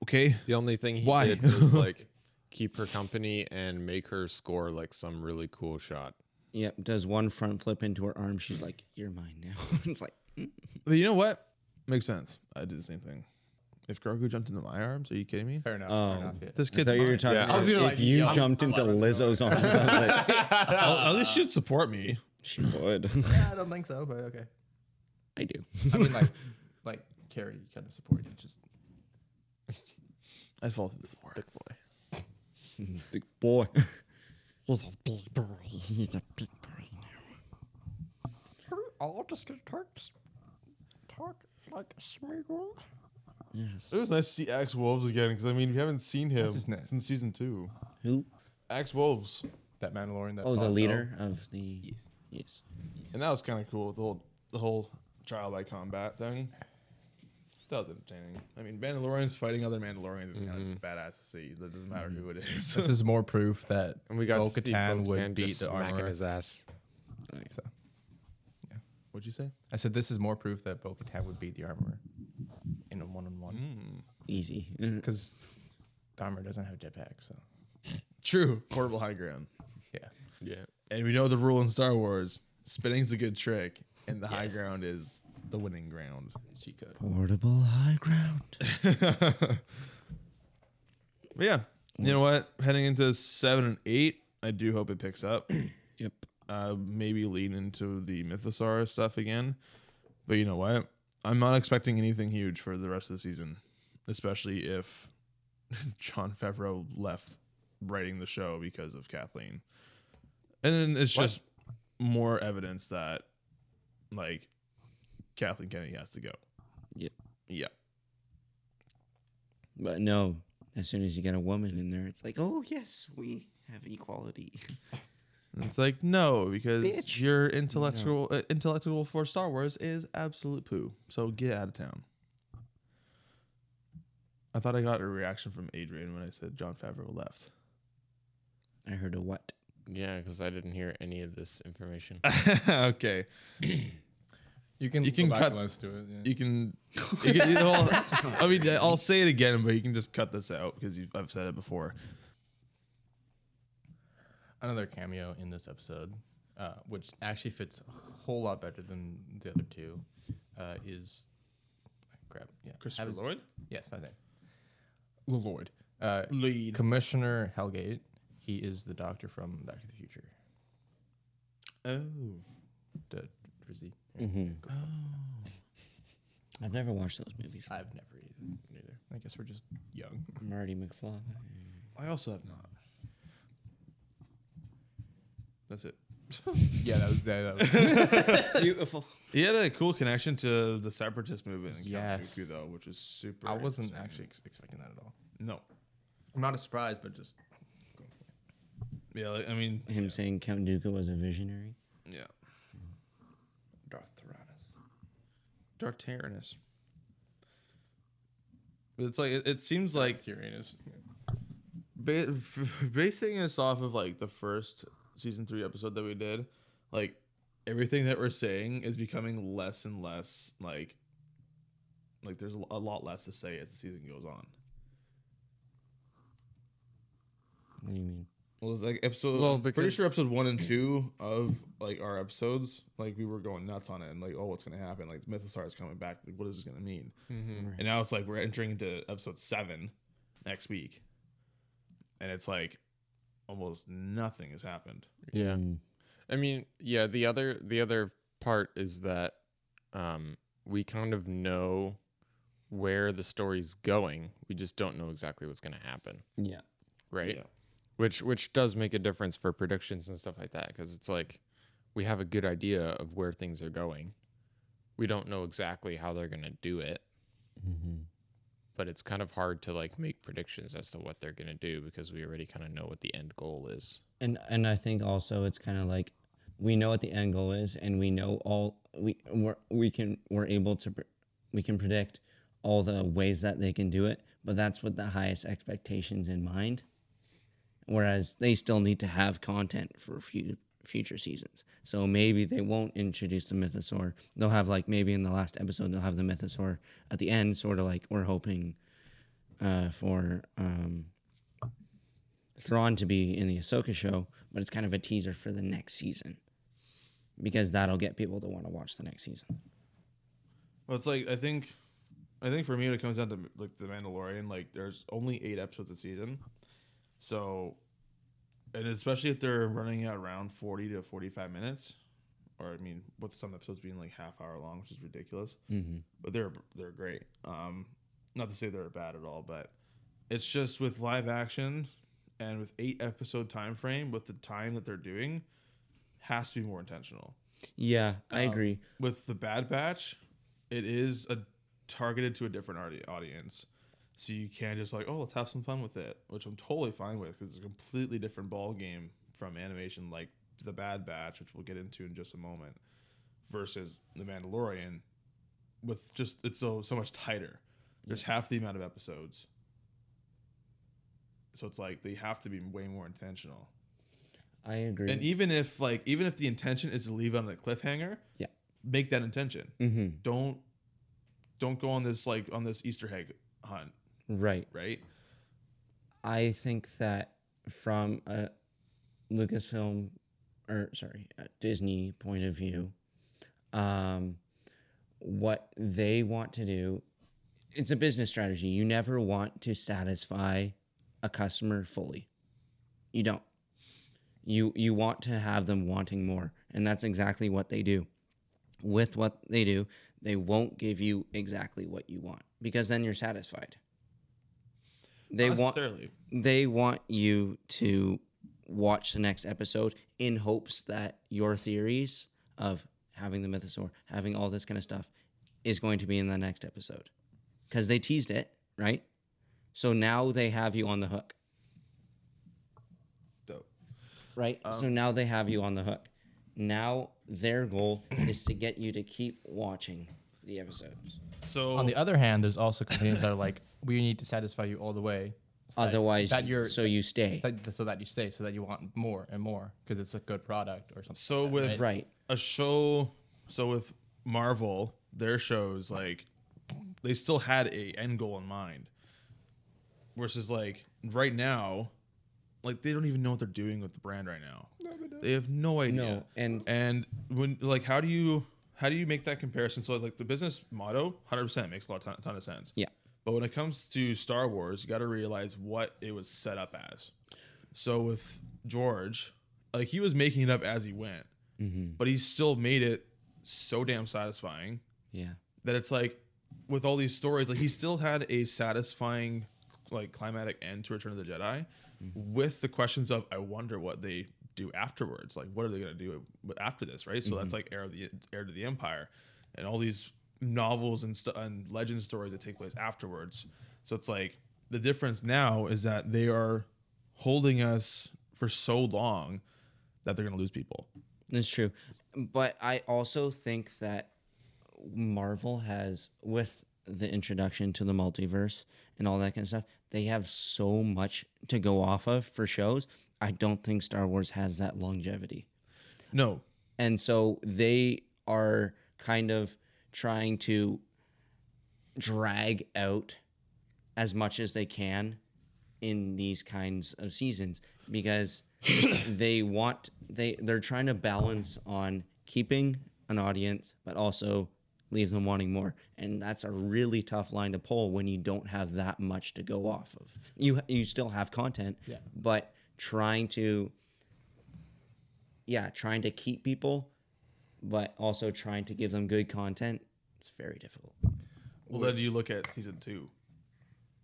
okay,
The only thing he
Why?
did was like keep her company and make her score like some really cool shot.
yep, does one front flip into her arm? She's like, "You're mine now." it's like, "Hmm."
but you know what? Makes sense. I did the same thing. If Grogu jumped into my arms, are you kidding me?
fair enough.
Oh.
fair enough yeah.
This
I
kid's
thought you were
mine.
talking
Yeah, I
about
was
gonna
if
like,
you
yeah, I'm-
jumped
I'm
into
like-
Lizzo's arms. I was like,
At least she'd support me.
she would.
Yeah, I don't think so, but okay.
I do.
I mean, like, like Carrie kind of supported. Just
I'd fall through the floor.
boy.
Big boy.
He's a big boy.
He's a big boy now.
All just gonna talk, talk like a smiggle.
Yes.
It was nice to see Axe Wolves again because I mean we haven't seen him
his name?
since season two.
Who?
Axe Wolves,
that Mandalorian. That
Oh, the
Bob
leader of the. Yes.
Yes.
And that was kind of cool with the whole the whole trial by combat thing. That was entertaining. I mean, Mandalorians fighting other Mandalorians is
Mm-hmm.
kind of badass to see. It doesn't matter who it is.
This is more proof that
And we got to see
Bo-Katan
Bo-Katan
would beat
just
the
smacking
armor.
his ass.
What'd you say?
I said this is more proof that Bo-Katan would beat the armor in a one-on-one
Easy.
because the armor doesn't have jetpack. So
True. Portable high ground.
Yeah.
Yeah.
And we know the rule in Star Wars spinning's a good trick, and the high ground is the winning ground.
Cheat code.
Portable high ground.
But yeah, you know what? Heading into seven and eight, I do hope it picks up.
Yep.
Uh, maybe lean into the Mythosaurus stuff again. But you know what? I'm not expecting anything huge for the rest of the season, especially if John Favreau left writing the show because of Kathleen. And then it's
What?
just more evidence that, like, Kathleen Kennedy has to go.
Yep.
Yeah.
But no, as soon as you get a woman in there, it's like, oh yes, we have equality.
And It's like no, because
Bitch.
your intellectual uh, intellectual for Star Wars is absolute poo. So get out of town. I thought I got a reaction from Adrian when I said John Favreau left.
I heard a what?
Yeah, because I didn't hear any of this information.
okay,
You can
You can
go back
cut-
and listen to it. Yeah.
you can. You can you know, I mean, I'll say it again, but you can just cut this out because you've, I've said it before.
Another cameo in this episode, uh, which actually fits a whole lot better than the other two, uh, is crap. Yeah, Have his- Yes, that's it. Lloyd. Uh,
Lloyd.
Commissioner Hellgate. He is the doctor from Back to the Future.
Oh,
The Drizzy. Mm-hmm.
Oh.
I've never watched those movies.
I've never eaten either. I guess we're just young.
Marty McFly.
I also have not. That's it.
yeah, that was that. that was-
Beautiful.
He had a cool connection to the separatist movement in Count
Yes.
Dooku, though, which is super.
I wasn't
interesting.
actually ex- expecting that at all.
No.
I'm not surprised, but just
Yeah, like, I mean,
Him saying Count Dooku was a visionary.
yeah.
Darth Tyrannus.
Dartarinus. But it's like it, it seems like
Uranus.
ba- basing this off of like the first season three episode that we did, like everything that we're saying is becoming less and less like like there's a lo- a lot less to say as the season goes on.
What do you mean?
Well, it's like episode.
Well,
Well, pretty
because-
sure episode one and two of like our episodes, like we were going nuts on it and like, oh, what's gonna happen? Like Mythosaur is coming back. Like, what is this gonna mean?
Mm-hmm.
And now it's like we're entering into episode seven next week, and it's like almost nothing has happened.
Yeah.
Mm.
I mean, yeah, the other the other part is that um we kind of know where the story's going. We just don't know exactly what's going to happen,
Yeah.
right? Which which does make a difference for predictions and stuff like that cuz it's like we have a good idea of where things are going. We don't know exactly how they're going to do it,
Mm-hmm.
but it's kind of hard to like make predictions as to what they're going to do because we already kind of know what the end goal is.
And and I think also it's kind of like we know what the end goal is, and we know all we we're, we can we're able to pr- we can predict all the ways that they can do it, but that's with the highest expectations in mind. Whereas they still need to have content for few, future seasons, so maybe they won't introduce the mythosaur. They'll have like maybe in the last episode they'll have the mythosaur at the end, sort of like we're hoping uh, for um, Thrawn to be in the Ahsoka show, but it's kind of a teaser for the next season because that'll get people to want to watch the next season.
Well, it's like I think, I think for me, when it comes down to like the Mandalorian, like there's only eight episodes a season, so, and especially if they're running at around forty to forty-five minutes, or I mean, with some episodes being like half hour long, which is ridiculous,
Mm-hmm.
but they're they're great. Um, not to say they're bad at all, but it's just with live action and with eight episode time frame, with the time that they're doing, has to be more intentional
Yeah, I
Um,
agree.
with the Bad Batch, it is a targeted to a different arti- audience, so you can't just like, oh, let's have some fun with it, which I'm totally fine with because it's a completely different ball game from animation, like the Bad Batch, which we'll get into in just a moment, versus the Mandalorian, with just it's so so much tighter. There's half the amount of episodes, so it's like they have to be way more intentional.
I agree.
And even if like even if the intention is to leave on a cliffhanger,
Yeah.
make that intention.
mm-hmm.
Don't don't go on this like on this Easter egg hunt,
Right.
right?
I think that from a Lucasfilm or sorry, a Disney point of view, um, what they want to do. It's a business strategy. You never want to satisfy a customer fully. You don't. You you want to have them wanting more, and that's exactly what they do. With what they do, they won't give you exactly what you want because then you're satisfied. They
Not
want
necessarily.
they want you to watch the next episode in hopes that your theories of having the mythosaur, having all this kind of stuff, is going to be in the next episode because they teased it, right? So now they have you on the hook.
Dope.
Right? so now they have you on the hook. Now their goal is to get you to keep watching the episodes.
So
On the other hand, there's also companies that are like, we need to satisfy you all the way. so that-
Otherwise,
that you're
so you stay.
that, so that you stay, so that you want more and more because it's a good product or something.
So
like that,
with
Right.
a show, so with Marvel, their shows like they still had a end goal in mind. Versus like right now, like they don't even know what they're doing with the brand right now. they have no idea.
No, and-
and when like how do you how do you make that comparison? So like the business motto, hundred percent makes a lot ton, ton of sense.
Yeah.
But when it comes to Star Wars, you got to realize what it was set up as. So with George, like he was making it up as he went,
mm-hmm.
but he still made it so damn satisfying
Yeah.
that it's like with all these stories, like he still had a satisfying like climatic end to Return of the Jedi with the questions of I wonder what they do afterwards. Like what are they gonna do after this, right? So that's like heir of the heir to the Empire and all these novels and stu and legend stories that take place afterwards. So it's like the difference now is that they are holding us for so long that they're gonna lose people.
That's true. But I also think that Marvel has, with the introduction to the multiverse and all that kind of stuff, they have so much to go off of for shows. I don't think Star Wars has that longevity.
No,
And so they are kind of trying to drag out as much as they can in these kinds of seasons because they want they they're trying to balance on keeping an audience but also leave them wanting more and that's a really tough line to pull when you don't have that much to go off of you you still have content
Yeah.
but trying to yeah, trying to keep people, but also trying to give them good content. It's very difficult.
Well, then you look at season two,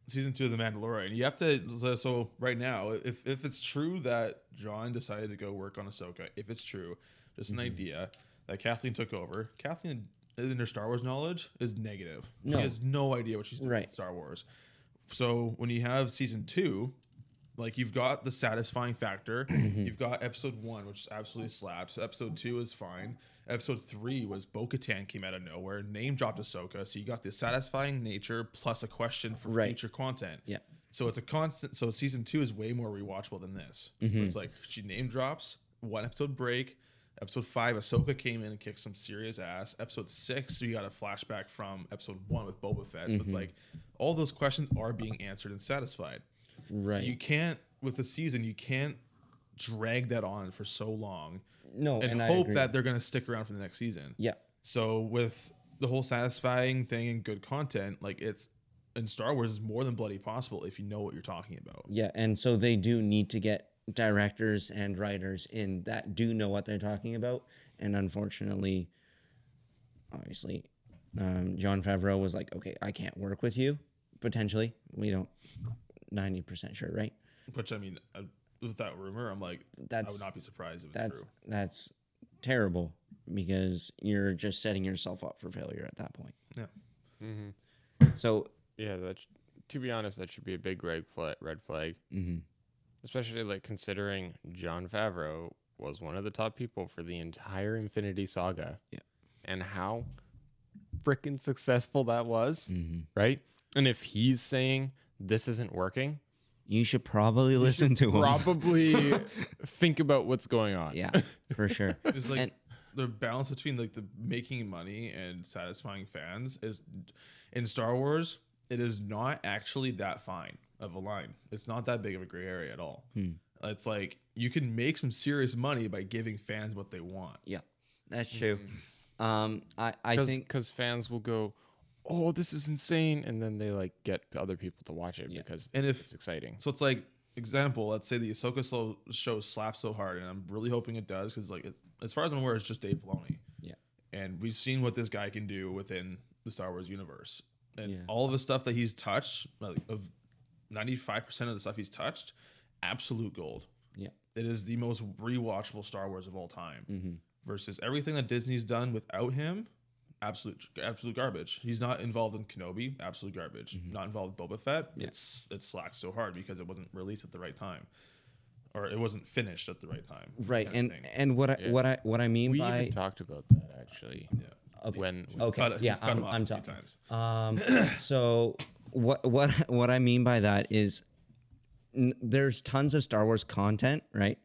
season two of The Mandalorian. You have to so- so right now, if if it's true that John decided to go work on Ahsoka, if it's true, just
Mm-hmm.
an idea that Kathleen took over. Kathleen, in her Star Wars knowledge, is negative.
No.
She has no idea what she's doing
Right.
with Star Wars. So when you have season two, like you've got the satisfying factor.
Mm-hmm.
you've got episode one, which absolutely slaps. Episode two is fine. Episode three was Bo Katan came out of nowhere, name dropped Ahsoka. So you got the satisfying nature plus a question for
Right.
future content.
Yeah.
So it's a constant. So season two is way more rewatchable than this.
Mm-hmm.
Where It's like she name drops one episode break. Episode five, Ahsoka came in and kicked some serious ass. Episode six, we got a flashback from episode one with Boba Fett. So it's
Mm-hmm.
like all those questions are being answered and satisfied. So
Right.
you can't with the season. You can't drag that on for so long
No,
and,
and I
hope
agree.
that they're going to stick around for the next season.
yeah.
So with the whole satisfying thing and good content, like it's in Star Wars is more than bloody possible if you know what you're talking about.
Yeah. And so they do need to get directors and writers in that do know what they're talking about. And unfortunately, obviously, um, John Favreau was like, okay, I can't work with you. Potentially, we don't 90% sure, right?
Which I mean, uh, with that rumor, I'm like, I
That's-
would not be surprised if it's
That's
true.
that's terrible because you're just setting yourself up for failure at that point.
Yeah.
So
Yeah, that's to be honest, that should be a big red flag. Red flag,
mhm.
especially like considering John Favreau was one of the top people for the entire Infinity Saga.
Yeah.
and how freaking successful that was,
Mm. mm-hmm.
right? And if he's saying this isn't working,
You should probably listen to him.
probably think about what's going on.
yeah, for sure.
It's like
And-
the balance between like the making money and satisfying fans is in Star Wars.
Hmm.
It is not actually that fine of a line. It's not that big of a gray area at all. It's like you can make some serious money by giving fans what they want.
Yeah, that's
Mm-hmm.
true. Um, I I
Cause,
think
because fans will go, "Oh, this is insane," and then they like get other people to watch it because
And if
it's exciting.
So it's like example, let's say the Ahsoka slow show slaps so hard, and I'm really hoping it does because like it, as far as I'm aware, it's just Dave Filoni.
Yeah.
and we've seen what this guy can do within the Star Wars universe, and
Yeah.
all of the stuff that he's touched, like of 95 percent of the stuff he's touched, absolute gold.
Yeah.
it is the most rewatchable Star Wars of all time.
Mm-hmm.
Versus everything that Disney's done without him. Absolute, absolute garbage. He's not involved in Kenobi. Absolute garbage.
Mm-hmm.
Not involved in Boba Fett. It's it slacked so hard because it wasn't released at the right time, or it wasn't finished at the right time.
right
kind of
and
thing.
and what I,
Yeah.
what I what I mean
We
by
even talked about that actually.
Okay.
When
Okay.
cut it-
yeah,
we've cut
I'm,
him off
I'm
a few
talking.
times.
Um, so what what what I mean by that is n- there's tons of Star Wars content, right?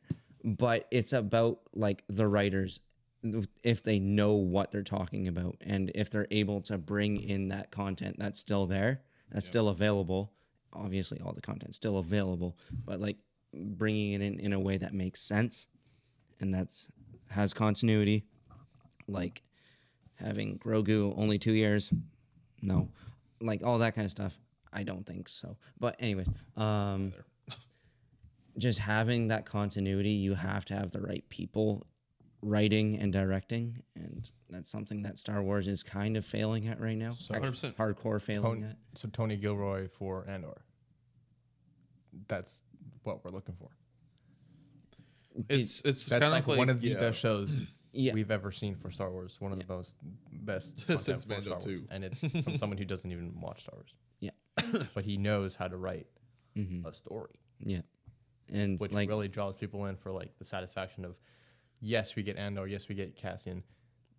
But it's about like the writers if they know what they're talking about and if they're able to bring in that content that's still there, that's still available. Obviously, all the content's still available, but like bringing it in in a way that makes sense and that's has continuity like having Grogu only two years. No, like all that kind of stuff. I don't think so. But anyways, um, just having that continuity, you have to have the right people writing and directing, and that's something that Star Wars is kind of failing at right now. Actually,
100%.
Hardcore failing
Tony,
at.
so Tony Gilroy for Andor. That's what we're looking for.
It's it's
That's
kind
like,
of like
one of the
yeah.
best shows
Yeah.
we've ever seen for Star Wars. One of the most best content
Since
for
Mando
Star Wars.
2.
and it's from someone who doesn't even watch Star Wars.
Yeah. Mm-hmm.
but he knows how to write a story,
Yeah, and
which
like
really draws people in for like the satisfaction of, yes, we get Andor, yes, we get Cassian.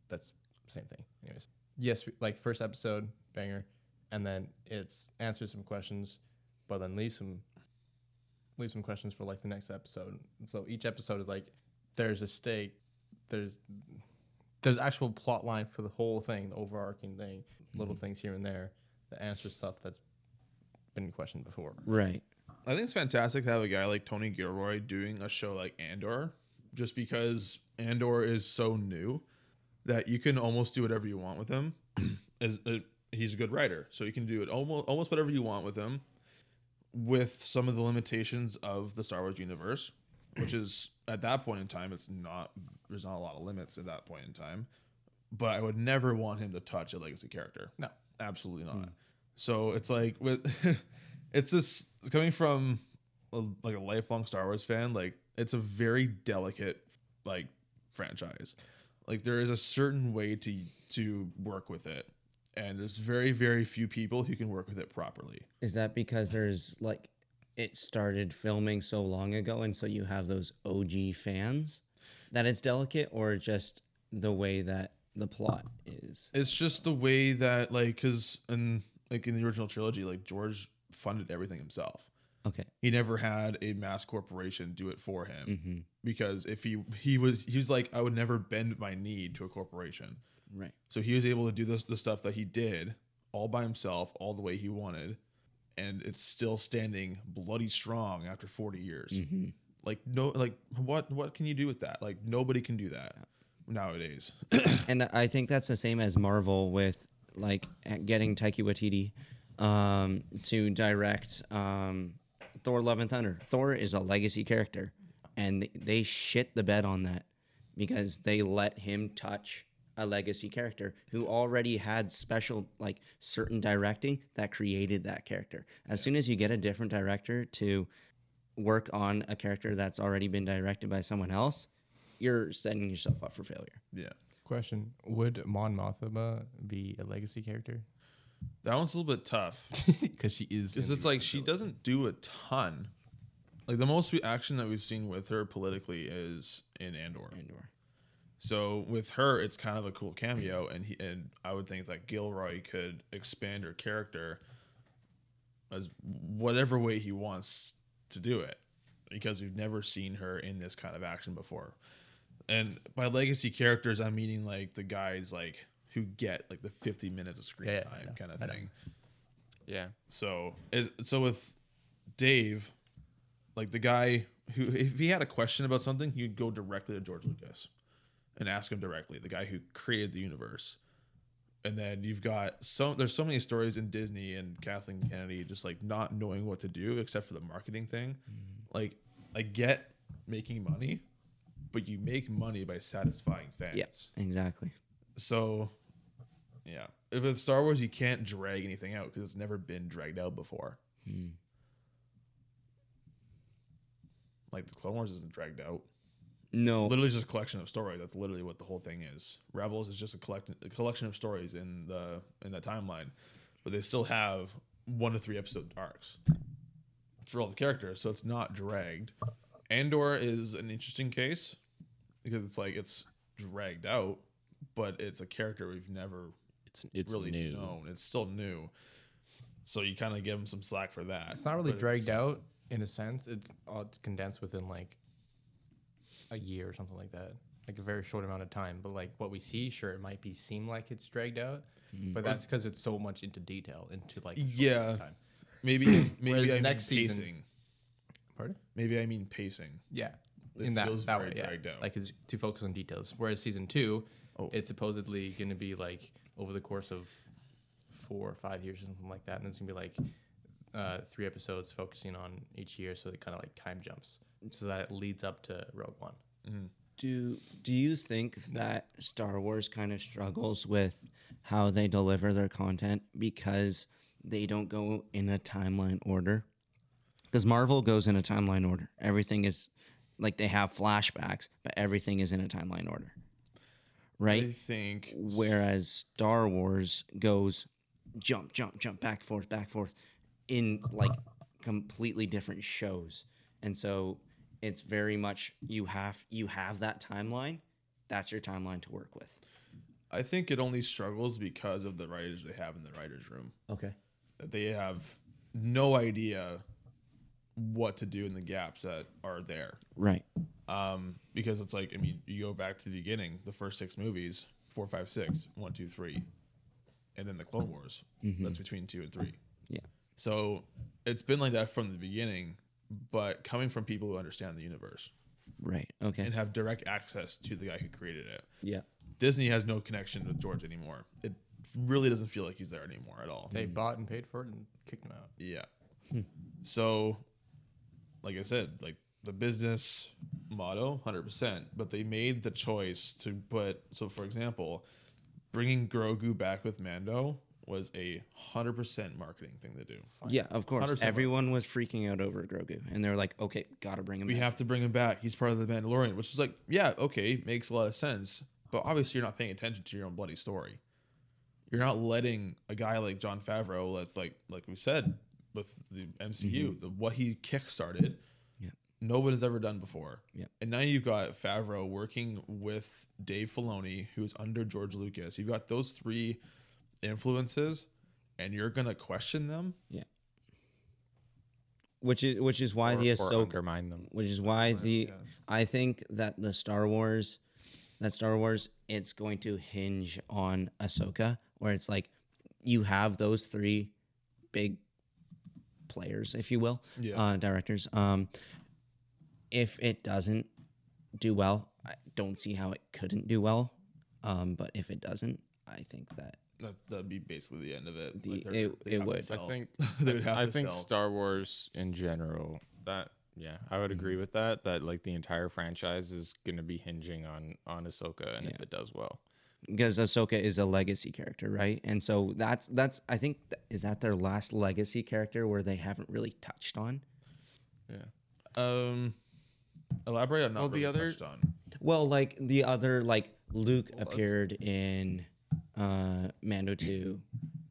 That's same thing, anyways. Yes, we, like first episode banger, and then it's answers some questions, but then leave some leave some questions for like the next episode. So each episode is like there's a stake, there's there's actual plot line for the whole thing, the overarching thing, little
Mm-hmm.
things here and there that answer stuff that's been questioned before.
right.
I think it's fantastic to have a guy like Tony Gilroy doing a show like Andor, just because Andor is so new that you can almost do whatever you want with him. As a, he's a good writer, so you can do it almost almost whatever you want with him, with some of the limitations of the Star Wars universe, which is at that point in time, it's not there's not a lot of limits at that point in time. But I would never want him to touch a legacy character.
No.
absolutely not. So it's like with it's this coming from a, like a lifelong Star Wars fan, like it's a very delicate like franchise. Like there is a certain way to to work with it, and there's very very few people who can work with it properly.
Is that because there's like it started filming so long ago and so you have those OG fans that it's delicate or just the way that the plot is?
It's just the way that like because in like in the original trilogy, like George funded everything himself.
Okay.
He never had a mass corporation do it for him
Mhm.
because if he he was he was like I would never bend my knee to a corporation.
Right.
So he was able to do this the stuff that he did all by himself, all the way he wanted, and it's still standing bloody strong after 40 years. Like no, like what what can you do with that? Like nobody can do that nowadays.
And I think that's the same as Marvel with like getting Taiki Waititi um, to direct um, Thor: Love and Thunder. Thor is a legacy character, and th- they shit the bed on that because they let him touch a legacy character who already had special like certain directing that created that character. As soon as you get a different director to work on a character that's already been directed by someone else, you're setting yourself up for failure.
yeah,
Question: Would Mon Mothma be a legacy character?
that one's a little bit tough
Because she is.
because
in
it's
the
like she doesn't do a ton. Like the most we- action that we've seen with her politically is in Andor.
Andor.
So with her, it's kind of a cool cameo, and he and I would think that Gilroy could expand her character as whatever way he wants to do it, because we've never seen her in this kind of action before. And by legacy characters, I'm meaning like the guys like who get like the 50 minutes of screen
Yeah, yeah,
time
I know,
kind of
I know.
thing.
Yeah.
So it, so with Dave, like the guy who if he had a question about something, he'd go directly to George Lucas and ask him directly, the guy who created the universe. And then you've got so there's so many stories in Disney and Kathleen Kennedy just like not knowing what to do except for the marketing thing. Like I get making money, but you make money by satisfying fans.
Yes, exactly.
So, yeah. If it's Star Wars, you can't drag anything out because it's never been dragged out before.
Hmm.
Like the Clone Wars isn't dragged out.
No,
It's literally just a collection of stories. That's literally what the whole thing is. Rebels is just a collect a collection of stories in the in the timeline, but they still have one to three episode arcs for all the characters, so it's not dragged. Andor is an interesting case because it's like it's dragged out, but it's a character we've never
It's it's
really
new.
known. It's still new, so you kind of give them some slack for that.
It's not really
but it's-
dragged out in a sense. It's, uh, it's condensed within like a year or something like that, like a very short amount of time. But like what we see, sure, it might be seem like it's dragged out,
Mm.
but that's because it's so much into detail, into like a short
Yeah.
amount of time.
Maybe
Whereas
maybe I
next
mean
season-
pacing.
Pardon?
Maybe I mean pacing.
Yeah.
It
in that,
feels
that
very
way, yeah.
dragged out.
Like it's to focus on details. Whereas season two,
Oh.
it's supposedly going to be like over the course of four or five years or something like that, and it's going to be like uh, three episodes focusing on each year, so it kind of like time jumps, so that it leads up to Rogue One.
Do do you think that Star Wars kind of struggles with how they deliver their content because they don't go in a timeline order? Because Marvel goes in a timeline order. Everything is like they have flashbacks, but everything is in a timeline order. Right?
I think
whereas Star Wars goes jump, jump, jump, back, forth, back, forth in like completely different shows. And so it's very much you have you have that timeline. That's your timeline to work with.
I think it only struggles because of the writers they have in the writers room.
Okay.
That They have no idea what to do in the gaps that are there.
Right.
Um, because it's like I mean, you go back to the beginning, the first six movies, four, five, six, one, two, three, and then the Clone Wars.
Mm-hmm.
That's between two and three.
Yeah.
So it's been like that from the beginning, but coming from people who understand the universe
Right. Okay.
and have direct access to the guy who created it.
Yeah.
Disney has no connection with George anymore. It really doesn't feel like he's there anymore at all.
They bought and paid for it and kicked him out.
Yeah. so, like I said, like the business motto, 100%, but they made the choice to put, so for example, bringing Grogu back with Mando was a 100% marketing thing to do.
Yeah, of course.
100%
Everyone was freaking out over Grogu and they're like, "Okay, got to bring him
We
back."
have to bring him back. He's part of the Mandalorian, which is like, yeah, okay, makes a lot of sense. But obviously, you're not paying attention to your own bloody story. You're not letting a guy like John Favreau, that's like like we said with the MCU, the, what he kickstarted,
Mm-hmm. Yep.
no one has ever done before.
Yep.
And now you've got Favreau working with Dave Filoni, who's under George Lucas. You've got those three influences, and you're gonna question them.
which is which is why
Or,
the
or
Ahsoka
undermine them.
um, which is why the I think that the Star Wars that Star Wars it's going to hinge on Ahsoka, where it's like you have those three big players, if you will,
Yeah.
uh, directors. Um, if it doesn't do well, I don't see how it couldn't do well. Um, but if it doesn't, I think that
That that'd be basically the end of it.
The-
they're-
it-
they
it
have to
would. I
I
sell.
think
they would have
I
to
think
sell.
Star Wars in general that yeah I would agree
Mm-hmm.
with that that like the entire franchise is gonna be hinging on on Ahsoka and if it does well
because Ahsoka is a legacy character, right? And so that's that's I think th- is that their last legacy character where they haven't really touched on.
yeah
Um, elaborate on not
Well,
the
the
other
other-
touched on.
Well, like the other like Luke appeared in uh Mando 2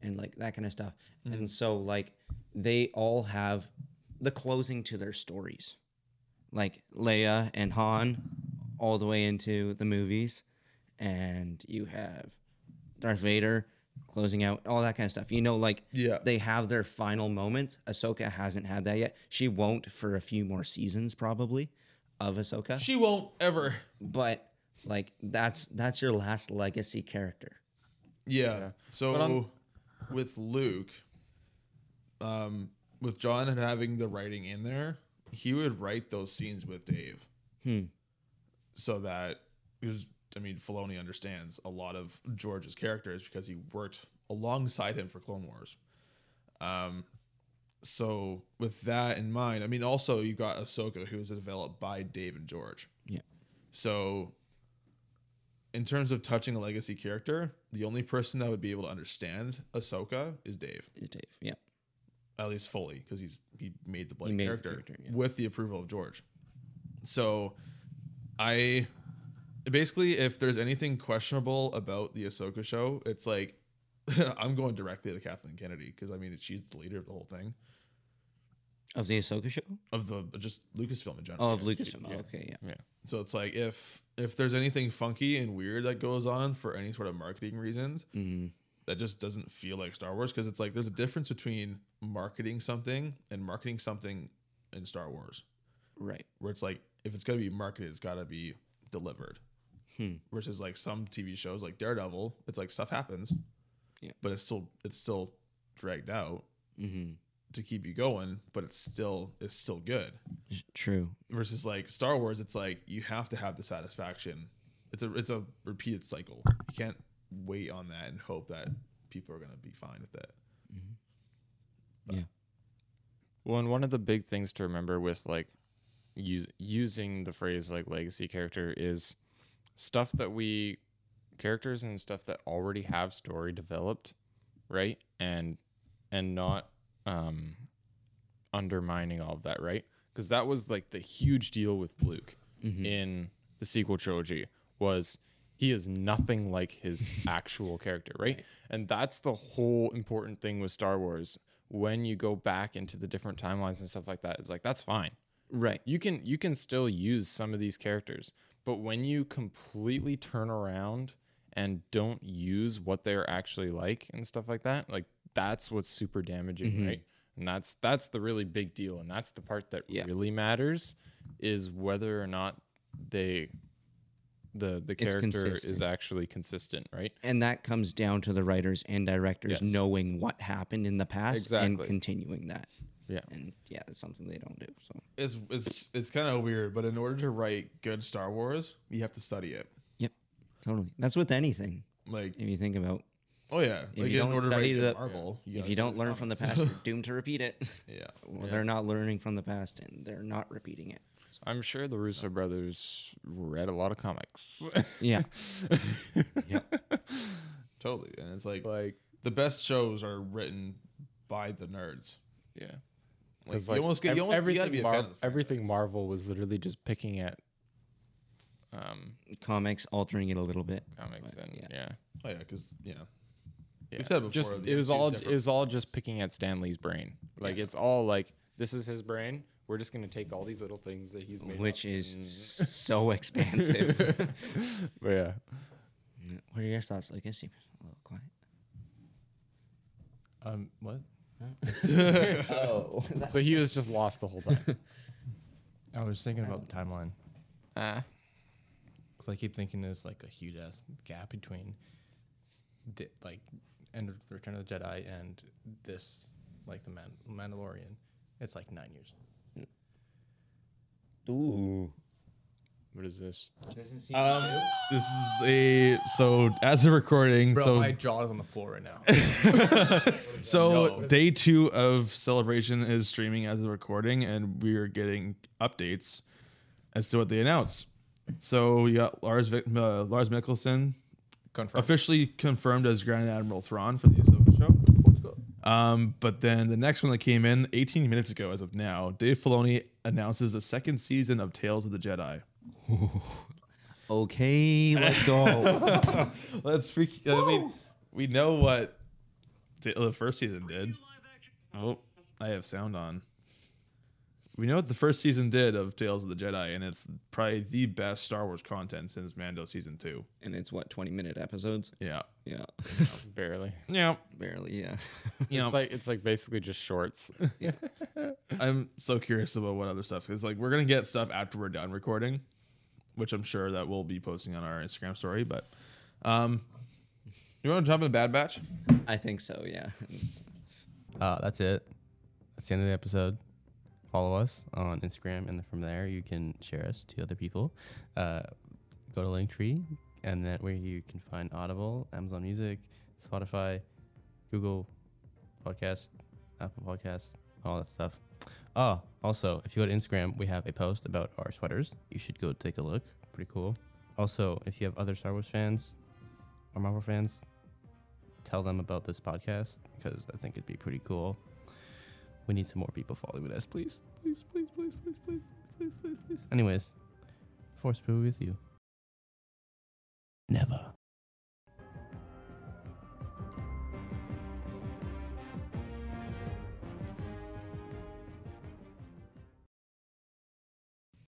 and like that kind of stuff. And so like they all have the closing to their stories. Like Leia and Han all the way into the movies and you have Darth Vader closing out all that kind of stuff. You know like
Yeah.
they have their final moments. Ahsoka hasn't had that yet. She won't for a few more seasons probably of Ahsoka
She won't ever.
but like that's that's your last legacy character.
Yeah. So
But on-
with Luke, um, with John and having the writing in there, he would write those scenes with Dave,
Hmm.
so that because I mean Filoni understands a lot of George's characters because he worked alongside him for Clone Wars. Um, so with that in mind, I mean also you got Ahsoka who was developed by Dave and George.
Yeah.
So in terms of touching a legacy character, the only person that would be able to understand Ahsoka is Dave.
Is Dave? Yeah.
At least fully, because he's he made the bloody
made the
character,
character, yeah.
with the approval of George. So, I basically, if there's anything questionable about the Ahsoka show, it's like I'm going directly to Kathleen Kennedy because I mean she's the leader of the whole thing
Of the Ahsoka show?
of the just Lucasfilm in general.
Oh, of
Yeah, she-
Lucasfilm. Oh,
yeah.
okay, yeah.
Yeah.
So it's like if if there's anything funky and weird that goes on for any sort of marketing reasons,
Mhm.
that just doesn't feel like Star Wars because it's like there's a difference between marketing something and marketing something in Star Wars,
Right.
where it's like if it's gonna be marketed, it's gotta be delivered.
Hmm.
Versus like some TV shows like Daredevil, it's like stuff happens,
Yeah.
but it's still it's still dragged out
Mm-hmm.
to keep you going, but it's still it's still good.
True.
versus like Star Wars, it's like you have to have the satisfaction. It's a it's a repeated cycle. You can't wait on that and hope that people are gonna be fine with that.
Well, and one of the big things to remember with like use, using the phrase like legacy character is stuff that we characters and stuff that already have story developed, right? And and not um undermining all of that, right? Because that was like the huge deal with Luke in the sequel trilogy was he is nothing like his actual character, right? And that's the whole important thing with Star Wars. When you go back into the different timelines and stuff like that, it's like that's fine.
Right.
You can you can still use some of these characters, but when you completely turn around and don't use what they're actually like and stuff like that, like that's what's super damaging,
Mm-hmm.
right? And that's that's the really big deal and that's the part that
Yeah.
really matters is whether or not they the the character is
consistent.
actually consistent, right?
And that comes down to the writers and directors
Yes.
knowing what happened in the past and
Exactly.
continuing that.
Yeah.
And yeah, it's something they don't do. So
It's it's it's kind of weird, but in order to write good Star Wars, you have to study it.
Yep. Totally. That's with anything.
Like
If you think about
oh yeah,
if
like
you don't study
good
the
Marvel,
if
gotta
you
study
don't learn from the
comics.
past, you're doomed to repeat it.
yeah,
Well, they're not learning from the past and they're not repeating it.
I'm sure the Russo brothers read a lot of comics.
Yeah.
totally. And it's like
like,
the best shows are written by the nerds.
yeah.
Like,
'Cause,
you almost get
ev-
you almost you
everything,
gotta be a fan
Mar-
of the fan
everything
base.
Marvel was literally just picking at um,
Comics altering it a little bit.
comics
But,
and yeah.
yeah.
yeah.
Oh yeah, because yeah, We've said before,
just
the
it was
MCU is
all
different.
it was all just picking at Stan Lee's brain. Like it's all like this is his brain. We're just gonna take all these little things that he's made. up
Which is
and-
so expansive.
but yeah.
what are your thoughts, Lucas? You a little quiet.
Um, what?
Oh.
So he was just lost the whole time.
I was thinking about the timeline.
Ah.
So I keep thinking there's like a huge ass gap between, the, like, End of the Return of the Jedi and this, like the Man- Mandalorian. It's like nine years.
Ooh.
what is this? Uh,
This is a so as of recording,
Bro,
so
my jaw is on the floor right now.
So day two of celebration is streaming as of recording, and we are getting updates as to what they announce. So we got Lars Vic- uh, Lars Mikkelsen
Confirmed.
officially confirmed as Grand Admiral Thrawn for the Ahsoka show. Um, but then the next one that came in 18 minutes ago, as of now, Dave Filoni announces the second season of Tales of the Jedi.
Okay, let's go.
Let's freak. I mean, we know what t- the first season did. Oh, I have sound on. We know what the first season did of Tales of the Jedi, and it's probably the best Star Wars content since Mando season two.
and it's what, 20 minute episodes?
Yeah.
Yeah.
Barely.
Yeah.
Barely, yeah.
You know,
It's like it's like basically just shorts.
I'm so curious about what other stuff is like. We're gonna get stuff after we're done recording, which I'm sure that we'll be posting on our Instagram story. But, um, you want to jump into Bad Batch?
I think so, yeah. It's-
Uh, that's it. That's the end of the episode. follow us on Instagram, and then from there you can share us to other people. Uh, go to Linktree, and that where you can find Audible, Amazon Music, Spotify, Google Podcast, Apple Podcasts, all that stuff. Oh, also, if you go to Instagram, we have a post about our sweaters. You should go take a look. Pretty cool. Also, if you have other Star Wars fans or Marvel fans, tell them about this podcast because I think it'd be pretty cool. We need some more people following us, please. Please, please, please, please, please, please, please, please. Anyways, Force be with you. Never.